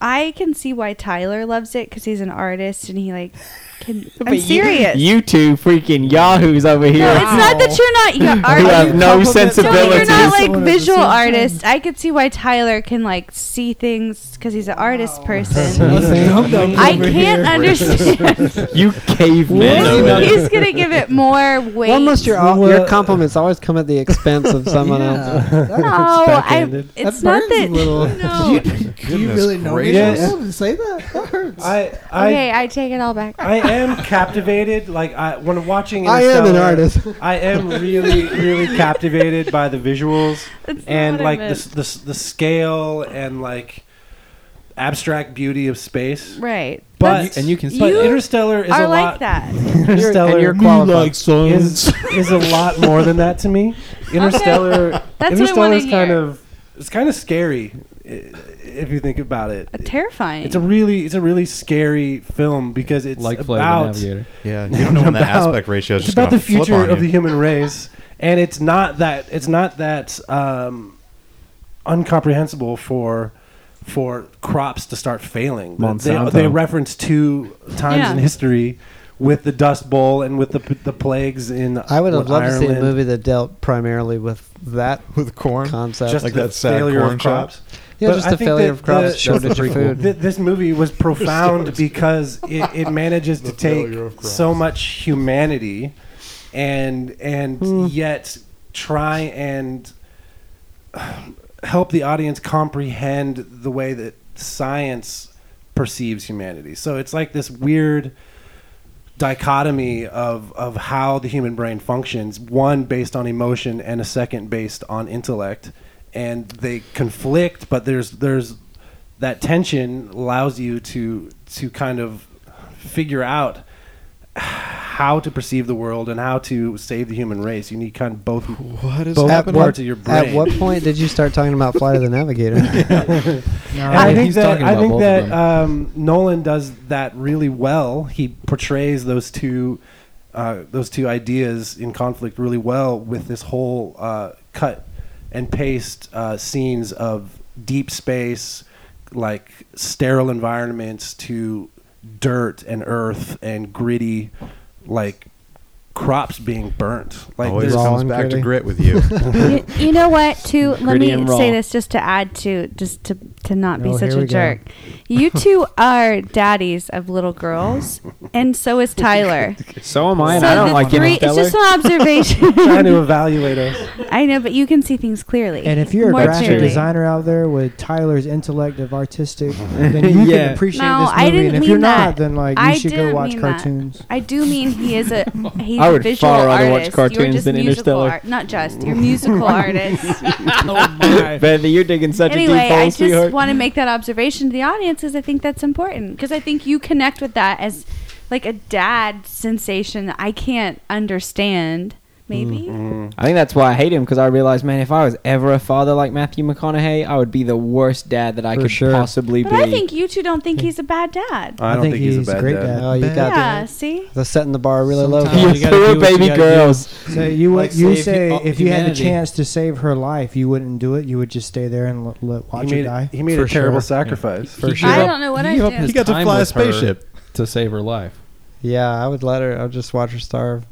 S4: I can see why Tyler loves it because he's an artist and he like. Can,
S6: But
S4: I'm
S6: you-
S4: serious.
S6: You two freaking yahoos over here.
S4: no, it's not that you're not. You're
S6: You have
S4: art.
S6: no
S4: So when you're
S6: sensibilities.
S4: not
S7: Someone
S4: like
S7: at the
S4: visual
S7: same time.
S4: artist. I could see why Tyler can like see things because he's an artist person.
S7: Us dumb dumbs
S4: I
S7: over
S4: can't
S7: here.
S4: understand.
S6: you cavemen.
S3: What?
S6: over there.
S4: he's gonna give it more weight.
S1: Well, must your
S2: Well,
S1: your
S2: uh,
S1: compliments always come at the expense of someone else?
S4: no,
S7: That-
S4: I.
S2: backhanded.
S4: It's
S7: that
S4: not
S7: burns
S4: that.
S7: A little.
S4: No.
S7: Do you really know me?
S2: gracious.
S7: Yes. To say that. That hurts.
S2: I, I,
S4: Okay, I take it all back.
S2: I am captivated. Like I, when watching,
S1: I am an
S2: Interstellar,
S1: artist.
S2: I am really, really captivated by the visuals
S4: That's not
S2: and
S4: what I
S2: like the,
S4: meant.
S2: s- the s- the scale and like abstract beauty of space.
S4: Right.
S2: But
S8: And you can
S4: You
S2: but Interstellar is
S4: are
S2: a
S4: like
S2: lot.
S4: that.
S2: Interstellar
S1: and you're qualified.
S2: is is a lot more than that to me. Interstellar.
S4: That's what I
S2: Interstellar
S4: wanna
S2: is kind
S4: hear.
S2: of it's kind of scary i- if you think about it.
S4: A terrifying.
S2: It's a really it's a really scary film because it's
S8: like Flight of the
S2: about
S8: Navigator.
S3: Yeah, you don't know when the
S2: About-
S3: aspect ratio is
S2: it's
S3: just
S2: about
S3: gonna
S2: the
S3: flip
S2: future
S3: on
S2: of the
S3: you.
S2: human race, and it's not that it's not that um, uncomprehensible for for crops to start failing. They,
S6: Monsanto.
S2: they reference two times
S4: Yeah.
S2: in history with the Dust Bowl and with the p- the plagues in.
S1: I would have
S2: with
S1: loved to see a
S2: Ireland.
S1: movie that dealt primarily with that
S3: with corn.
S1: concept.
S2: Just
S3: Like
S2: the
S3: that sad
S2: failure
S3: corn
S2: of crops.
S1: yeah,
S2: but
S1: just
S2: I
S1: the
S2: think
S1: failure
S2: that
S1: of crops,
S2: the-
S1: shortage of food.
S2: Th- this movie was profound because it, it manages to take
S3: failure of Christ.
S2: so much humanity and and
S1: Hmm.
S2: yet try and help the audience comprehend the way that science perceives humanity. So it's like this weird dichotomy of of how the human brain functions, one based on emotion and a second based on intellect, and they conflict, but there's there's that tension allows you to to kind of figure out how to perceive the world and how to save the human race. You need kind of both
S3: What is
S2: both
S1: happening?
S2: parts of your brain.
S1: At what point did you start talking about Flight of the Navigator?
S7: No.
S2: I
S8: Yeah,
S2: think
S8: he's
S2: that
S8: talking
S2: I
S8: about
S2: think
S8: both of
S2: that
S8: them.
S2: um, Nolan does that really well. He portrays those two uh, those two ideas in conflict really well with this whole uh, cut and paste uh, scenes of deep space, like sterile environments, to dirt and earth and gritty, like crops being burnt. Like
S3: Always
S2: there's
S1: Raw
S3: comes
S1: and
S3: back to
S1: gritty.
S3: grit with you.
S4: you, you know what too let
S6: Gritty
S4: me
S6: and raw.
S4: say this just to add to just to to not be
S1: Oh,
S4: such
S1: here we
S4: a
S1: go.
S4: jerk you two are daddies of little girls and so is tyler
S6: So am I, and
S4: so
S6: I don't
S4: the
S6: like
S4: three, it's
S6: Interstellar.
S4: just an observation
S2: trying to evaluate us.
S4: i know but you can see things clearly
S5: And if you're a
S4: more
S5: graphic
S4: clearly.
S5: designer out there with Tyler's intellect of artistic, then you
S6: Yeah.
S5: can appreciate
S4: No,
S5: this
S4: I
S5: movie.
S4: didn't
S5: and if
S4: mean
S5: you're
S4: that.
S5: not, then like you
S4: I
S5: should go
S4: didn't
S5: watch
S4: mean that.
S5: cartoons.
S4: I do mean he is a he's
S6: I
S4: a
S6: would
S4: visual
S6: far rather
S4: artist.
S6: watch
S4: You're
S6: cartoons
S4: just
S6: than
S4: musical
S6: Interstellar.
S4: Art, not just you're musical artist.
S6: Bethany, you're digging such a
S4: anyway,
S6: deep hole,
S4: I just
S6: sweetheart.
S4: want to make that observation to the audience because I think that's important because I think you connect with that as like a dad sensation that I can't understand maybe.
S2: Mm.
S6: I think that's why I hate him because I realized, man, if I was ever a father like Matthew McConaughey, I would be the worst dad that I
S1: For
S6: could
S1: sure.
S6: possibly
S4: But
S6: be.
S4: I think you two don't think he's a bad dad.
S2: I, don't think, he's, a bad
S5: great
S2: dad.
S5: dad.
S1: Oh, you
S5: Bad.
S1: got
S4: yeah,
S1: that.
S4: see?
S1: That's setting the bar really low.
S7: Sometimes
S1: guys.
S7: you
S6: you
S7: gotta
S6: poor
S7: do what you
S6: baby
S7: gotta do.
S6: girls.
S5: So you would
S7: Like,
S5: you
S7: save
S5: say
S7: hu-
S5: if you had the
S7: humanity.
S5: chance to save her life, you wouldn't do it. You would just stay there and let, let
S2: He
S5: watch her
S2: made,
S5: die.
S2: he made
S1: For
S2: a terrible
S1: sure.
S2: sacrifice.
S8: For sure.
S4: I don't know what
S8: he
S4: I
S8: gave
S4: do.
S8: up his
S3: He got to
S8: time
S3: fly a
S8: with her
S3: spaceship.
S8: to save her life.
S1: Yeah, I would let her. I would just watch her starve.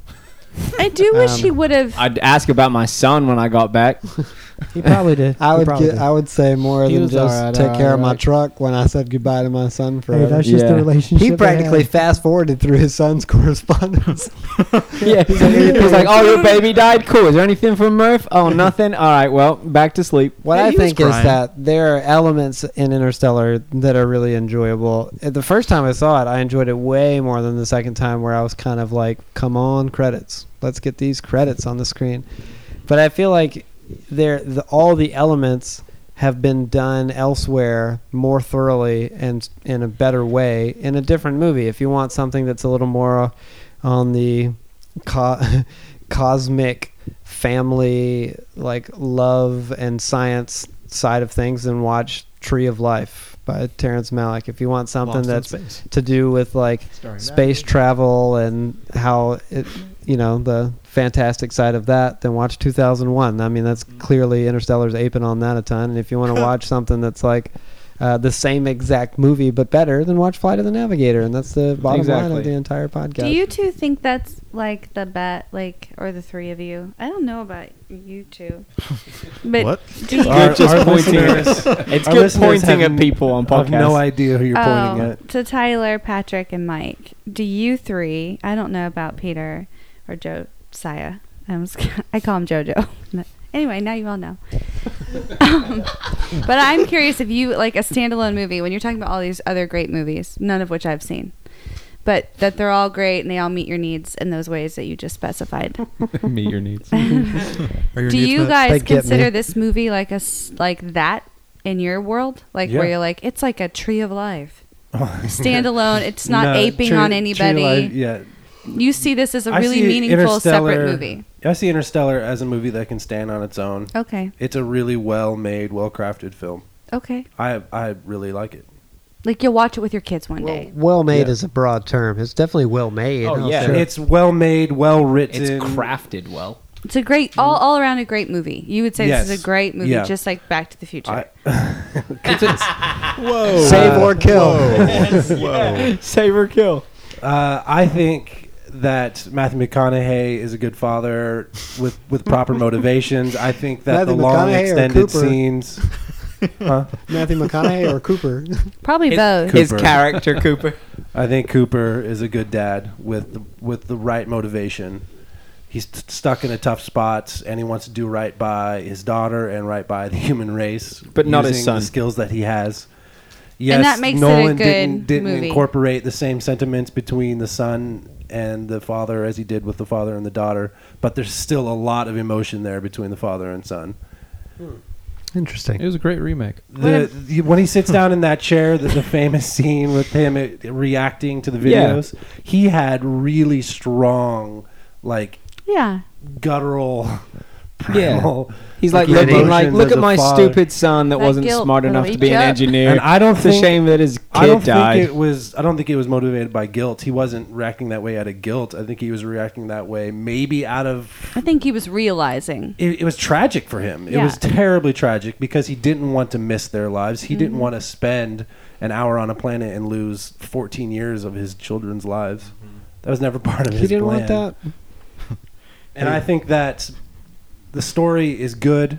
S4: I do wish
S1: Um,
S4: he would have.
S6: I'd ask about my son when I got back.
S5: He probably did.
S1: I
S5: He
S1: would.
S5: probably
S1: Get,
S5: did.
S1: I would say more
S7: He
S1: than
S7: was
S1: just
S7: alright,
S1: take care of my
S7: alright.
S1: truck when I said goodbye to my son
S5: hey,
S1: forever.
S5: that's just
S6: Yeah.
S5: the relationship.
S1: he
S5: they
S1: practically
S5: had.
S1: fast forwarded through his son's correspondence.
S6: yeah, he's like, "Oh, your baby died. Cool. Is there anything from Murph? Oh, nothing. All right. Well, back to sleep."
S1: What
S3: Yeah,
S1: I
S3: he was
S1: think is
S3: crying.
S1: that there are elements in Interstellar that are really enjoyable. Uh, The first time I saw it, I enjoyed it way more than the second time, where I was kind of like, "Come on, credits! Let's get these credits on the screen." But I feel like there, the, all the elements have been done elsewhere more thoroughly and in a better way in a different movie. If you want something that's a little more on the co- cosmic family like love and science side of things then watch Tree of Life by Terrence Malick. If you want something
S3: Lost in
S1: that's
S3: space.
S1: to do with like space travel and how it you know the fantastic side of that then watch 2001 i mean that's
S3: Mm.
S1: clearly interstellar's aping on that a ton and if you want to watch something that's like uh, the same exact movie but better then watch flight of the navigator and that's the bottom line
S6: Exactly.
S1: of the entire podcast
S4: Do you two think that's like the bet, like, or the three of you? I don't know about you two. But
S3: What?
S4: do you,
S2: Our,
S6: just
S2: our
S6: pointing at-
S2: listeners
S6: It's
S2: Our
S6: good
S2: listeners
S6: pointing
S2: have
S6: at people on podcasts.
S2: have no idea who you're pointing
S4: Oh,
S2: at.
S4: To Tyler, Patrick, and Mike, do you three? I don't know about Peter or Josiah. I was, I call him JoJo. anyway, now you all know. um, but I'm curious if you like a standalone movie when you're talking about all these other great movies, none of which I've seen, but that they're all great and they all meet your needs in those ways that you just specified.
S8: Meet your needs.
S3: Are your
S4: do
S3: needs
S4: you
S3: met?
S1: They get
S4: guys
S1: me.
S4: consider this movie like a s- like that in your world, like where
S2: Yeah. Oh,
S4: you're like it's like a tree of life? standalone. It's not
S2: No,
S4: aping
S2: true-
S4: on
S2: true
S4: anybody.
S2: life- yeah,
S4: You see this as a
S2: I
S4: really
S2: see
S4: meaningful, separate
S2: Interstellar-
S4: movie.
S2: I see Interstellar as a movie that can stand on its own.
S4: Okay.
S2: It's a really well-made, well-crafted film.
S4: Okay.
S2: I I really like it.
S4: Like you'll watch it with your kids one day.
S1: well made
S2: Yeah.
S1: is a broad term it's definitely well made
S6: Oh, yeah. Sure.
S2: It's well-made, well-written.
S6: It's crafted well.
S4: It's a great, all, all around a great movie. You would say this
S2: mm. Yes.
S4: is a great movie,
S2: Yeah.
S4: just like Back to the Future.
S2: I-
S3: Whoa.
S1: save or kill
S6: Save or kill.
S2: Uh, I think that Matthew McConaughey is a good father with with proper motivations. I think that the
S1: Matthew
S2: long
S1: McConaughey or
S2: extended
S1: Cooper?
S2: scenes. Huh?
S1: matthew mcconaughey or cooper
S4: Probably both.
S2: Could-
S6: His
S2: Cooper.
S6: character, Cooper.
S2: I think Cooper is a good dad with the, with the right motivation. He's t- stuck in a tough spot, and he wants to do right by his daughter and right by the human race,
S6: But not his
S2: using
S6: son.
S2: The skills that he has. Yes,
S4: that makes it a
S2: Nolan
S4: good
S2: didn't, didn't
S4: movie.
S2: incorporate the same sentiments between the son and the father as he did with the father and the daughter, but there's still a lot of emotion there between the father and son.
S8: It
S1: interesting
S8: was a great remake.
S2: The, the- when he sits down in that chair, the, the famous scene with him uh, reacting to the videos, he had really strong, like
S4: yeah.
S2: guttural, primal.
S6: He's like
S2: Like,
S6: looking like,
S2: emotions
S6: look
S2: as
S6: at
S2: a
S6: my
S2: father."
S6: stupid son that
S4: That
S6: wasn't
S4: guilt
S6: smart
S4: will
S6: enough to
S4: eat
S6: be an
S4: you up."
S6: engineer.
S2: And I don't
S6: it's a
S2: think-
S6: shame that his kid
S2: I don't
S6: died.
S2: think it was. I don't think it was motivated by guilt. He wasn't reacting that way out of guilt. I think he was reacting that way maybe out of.
S4: I think he was realizing.
S2: It, it was tragic for him. It
S4: Yeah.
S2: was terribly tragic because he didn't want to miss their lives. He didn't want to spend an hour on a planet and lose 14 years of his children's lives. That was never part of
S1: Mm-hmm.
S2: his
S1: he didn't
S2: plan.
S1: want that
S2: And I think that the story is good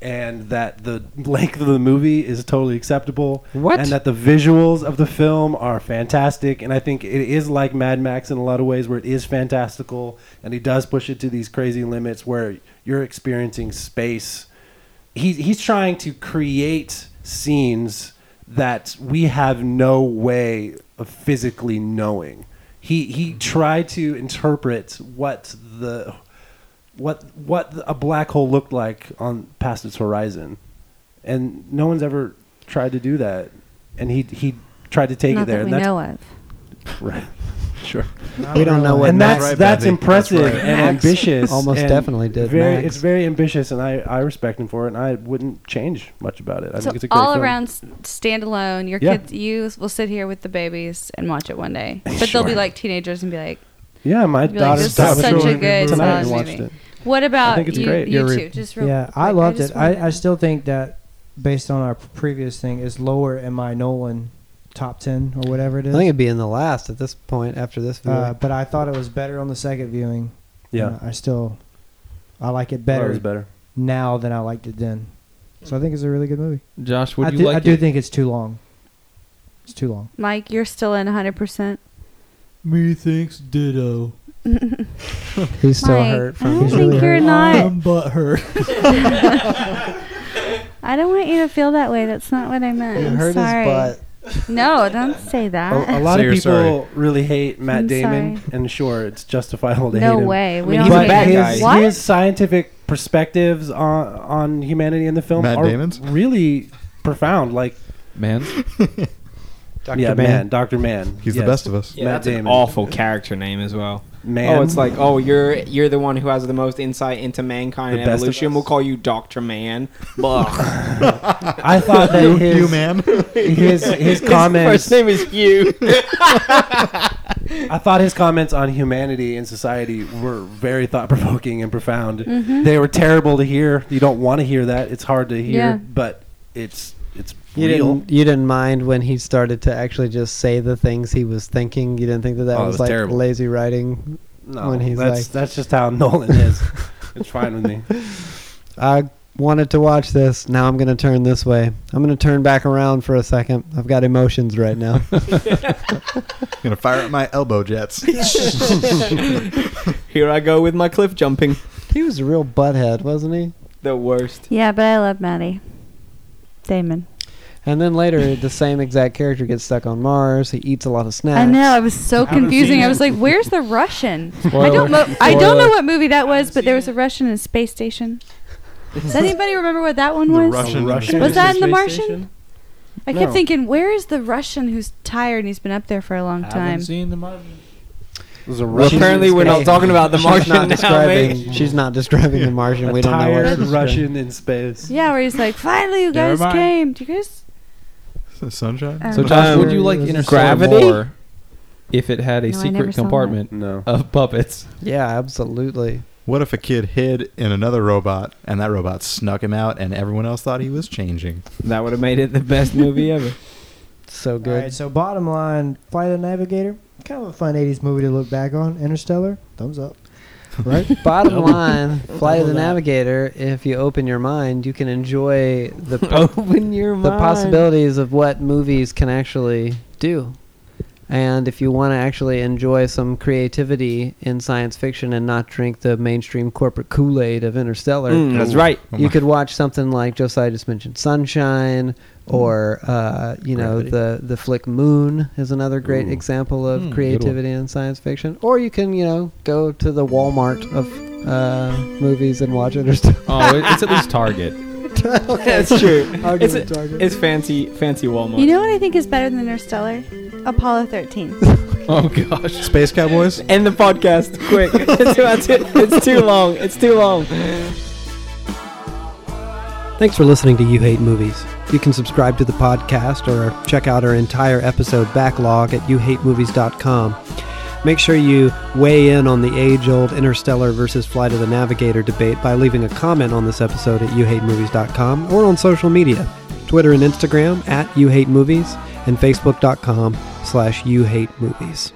S2: and that the length of the movie is totally acceptable.
S1: What?
S2: And that the visuals of the film are fantastic. And I think it is like Mad Max in a lot of ways where it is fantastical and he does push it to these crazy limits where you're experiencing space. He, he's trying to create scenes that we have no way of physically knowing. He, he tried to interpret what the what what a black hole looked like on past its horizon, and no one's ever tried to do that. And he he tried to take
S4: Not
S2: it there.
S4: that we
S2: and
S4: know of.
S2: that's, right. sure.
S1: We don't know what
S2: and that's
S1: Max-
S2: that's,
S3: That's right,
S2: impressive
S3: Betsy. That's right.
S2: and
S1: Max
S2: ambitious.
S1: almost
S2: and
S1: definitely did,
S2: Very,
S1: Max.
S2: it's very ambitious, and I, I respect him for it, and I wouldn't change much about it. I
S4: so
S2: think it's a great
S4: all
S2: film.
S4: around s- standalone, your
S2: Yeah.
S4: kids, you will sit here with the babies and watch it one day, but they'll be
S3: Sure.
S4: like teenagers and be like,
S2: Yeah, my
S4: You'd be like,
S2: daughter
S4: "This is
S2: stopped
S4: such a
S2: showing
S4: good
S2: tonight and
S4: solid
S2: watched
S4: movie."
S2: it.
S4: "What about
S2: think it's
S4: you?
S2: great.
S4: You
S1: You're re-
S4: two, just real
S5: Yeah, I
S4: quick,
S5: loved
S4: just
S5: it. I, I
S4: wanna-
S5: still think that based on our previous thing, it's lower in my Nolan top ten or whatever it
S1: I
S5: is.
S1: think it'd be in the last at this point after this video.
S5: uh, but I thought it was better on the second viewing.
S2: Yeah,
S5: And I still, I like it
S2: better
S5: better
S2: was better.
S5: now than I liked it then. So I think it's a really good movie.
S8: Josh, would
S5: I,
S8: you
S5: do,
S8: like
S5: I do
S8: it?
S5: think it's too long. It's too long.
S4: Mike, you're still in 100. percent
S7: Me thinks ditto.
S1: He's still
S4: Mike,
S1: hurt
S4: I
S1: from.
S4: don't
S5: He's
S4: think
S5: really
S4: you're
S5: hurt.
S4: not.
S7: I'm butthurt.
S4: I don't want you to feel that way. That's not what I meant. I'm sorry. No, don't say that.
S2: A, a lot
S3: So
S2: of
S3: you're
S2: people
S3: sorry.
S2: really hate Matt
S4: I'm
S2: Damon,
S4: sorry.
S2: and sure, it's justifiable to
S4: no
S2: hate him.
S4: way. We
S6: I mean,
S4: don't
S2: but
S6: he's a
S4: hate
S6: bad
S4: him.
S6: guy.
S2: his,
S4: What?
S2: his scientific perspectives on on humanity in the film
S3: Matt
S2: are
S3: Damon's?
S2: really profound. Like,
S8: man?
S1: Dr.
S2: yeah,
S1: Man.
S2: man, Doctor Man,
S3: He's
S2: Yes.
S3: the best of us.
S2: Matt Damon,
S6: awful character name as well.
S2: man.
S6: Oh, it's like, oh, you're you're the one who has the most insight into mankind
S2: The
S6: and
S2: best of
S6: evolution.
S2: us.
S6: We'll call you Doctor Man. Blah.
S2: I thought that
S3: You,
S2: his,
S3: you man.
S2: his his
S6: His
S2: comments.
S6: first name is Hugh.
S2: I thought his comments on humanity and society were very thought provoking and profound.
S4: Mm-hmm.
S2: They were terrible to hear. You don't want to hear that. It's hard to hear,
S4: Yeah.
S2: but it's it's
S1: You
S2: real.
S1: didn't, you didn't mind when he started to actually just say the things he was thinking. You didn't think that that
S2: Oh, it
S1: was,
S2: was
S1: like
S2: terrible.
S1: lazy writing.
S2: No,
S1: when he's
S2: that's
S1: like-
S2: that's just how Nolan is. it's fine with me.
S1: I wanted to watch this. Now I'm going to turn this way. I'm going to turn back around for a second. I've got emotions right now.
S3: gonna fire at my elbow jets.
S6: Here I go with my cliff jumping.
S1: he was a real butthead, wasn't he?
S6: The worst.
S4: Yeah, but I love Maddie. Damon.
S1: And then later, the same exact character gets stuck on Mars. He eats a lot of snacks.
S4: I know. It was so
S7: haven't
S4: confusing.
S7: seen
S4: I
S7: it.
S4: was like, "Where's the Russian?"
S8: Spoiler.
S4: I don't. Mo- I don't
S8: Spoiler.
S4: know what movie that was, but there was a
S7: seen
S4: Russian in a space station. Does anybody remember what that one
S3: The
S4: was?
S3: Russian-
S4: Was that in The
S7: Space
S4: Martian?
S7: station?
S4: I kept
S2: No.
S4: thinking, "Where is the Russian who's tired and he's been up there for a long time?"
S7: Haven't seen The Martian.
S2: It was a
S6: Well,
S2: Russian,
S6: apparently we're not
S1: Hey,
S6: talking about the
S1: She's
S6: Martian
S1: not
S6: now, mate.
S1: describing. She's not describing the Martian.
S2: a
S1: We don't know what
S2: tired
S1: she's
S2: Russian in space.
S4: Yeah, where he's like, "Finally, you
S7: Never
S4: guys
S7: mind.
S4: came. Do you guys?"
S3: Sunshine.
S4: Um,
S8: So, Josh,
S6: Um,
S8: would you like
S1: this is
S8: Interstellar
S6: Gravity?
S8: more if it had a
S4: No, I never
S8: secret
S4: saw that.
S8: compartment
S2: No.
S8: of puppets?
S1: doing. Yeah, absolutely.
S3: What if a kid hid in another robot and that robot snuck him out and everyone else thought he was changing?
S6: That would have made it the best movie ever.
S1: So
S5: All
S1: good.
S5: right. So bottom line, Flight of the Navigator, kind of a fun '80s movie to look back on. Interstellar, thumbs up.
S1: Right. Bottom line, Flight of the
S5: Double that.
S1: Navigator. If you open your mind, you can enjoy the
S6: Open your
S1: the possibilities of what movies can actually do. And if you want to actually enjoy some creativity in science fiction and not drink the mainstream corporate Kool Aid of Interstellar,
S6: Mm, that's right.
S1: you could watch something like Josiah just mentioned, Sunshine, or uh, you know
S3: Gravity.
S1: the the flick Moon is another great
S3: Ooh.
S1: example of
S8: Mm, good one.
S1: creativity in science fiction. Or you can you know go to the Walmart of uh, movies and watch Interstellar.
S8: Oh, it, it's at least Target.
S6: That's true.
S1: Argument
S6: it's,
S1: target.
S6: it's fancy, fancy Walmart.
S4: You know what I think is better than Interstellar? Apollo 13.
S8: Oh gosh.
S3: Space Cowboys.
S6: End the podcast quick. it's, that's it. it's too long. It's too long.
S1: Thanks for listening to You Hate Movies. You can subscribe to the podcast or check out our entire episode backlog at youhatemovies.com. Make sure you weigh in on the age old Interstellar versus Flight of the Navigator debate by leaving a comment on this episode at youhatemovies.com or on social media Twitter and Instagram at youhatemovies and facebook.com slash youhatemovies.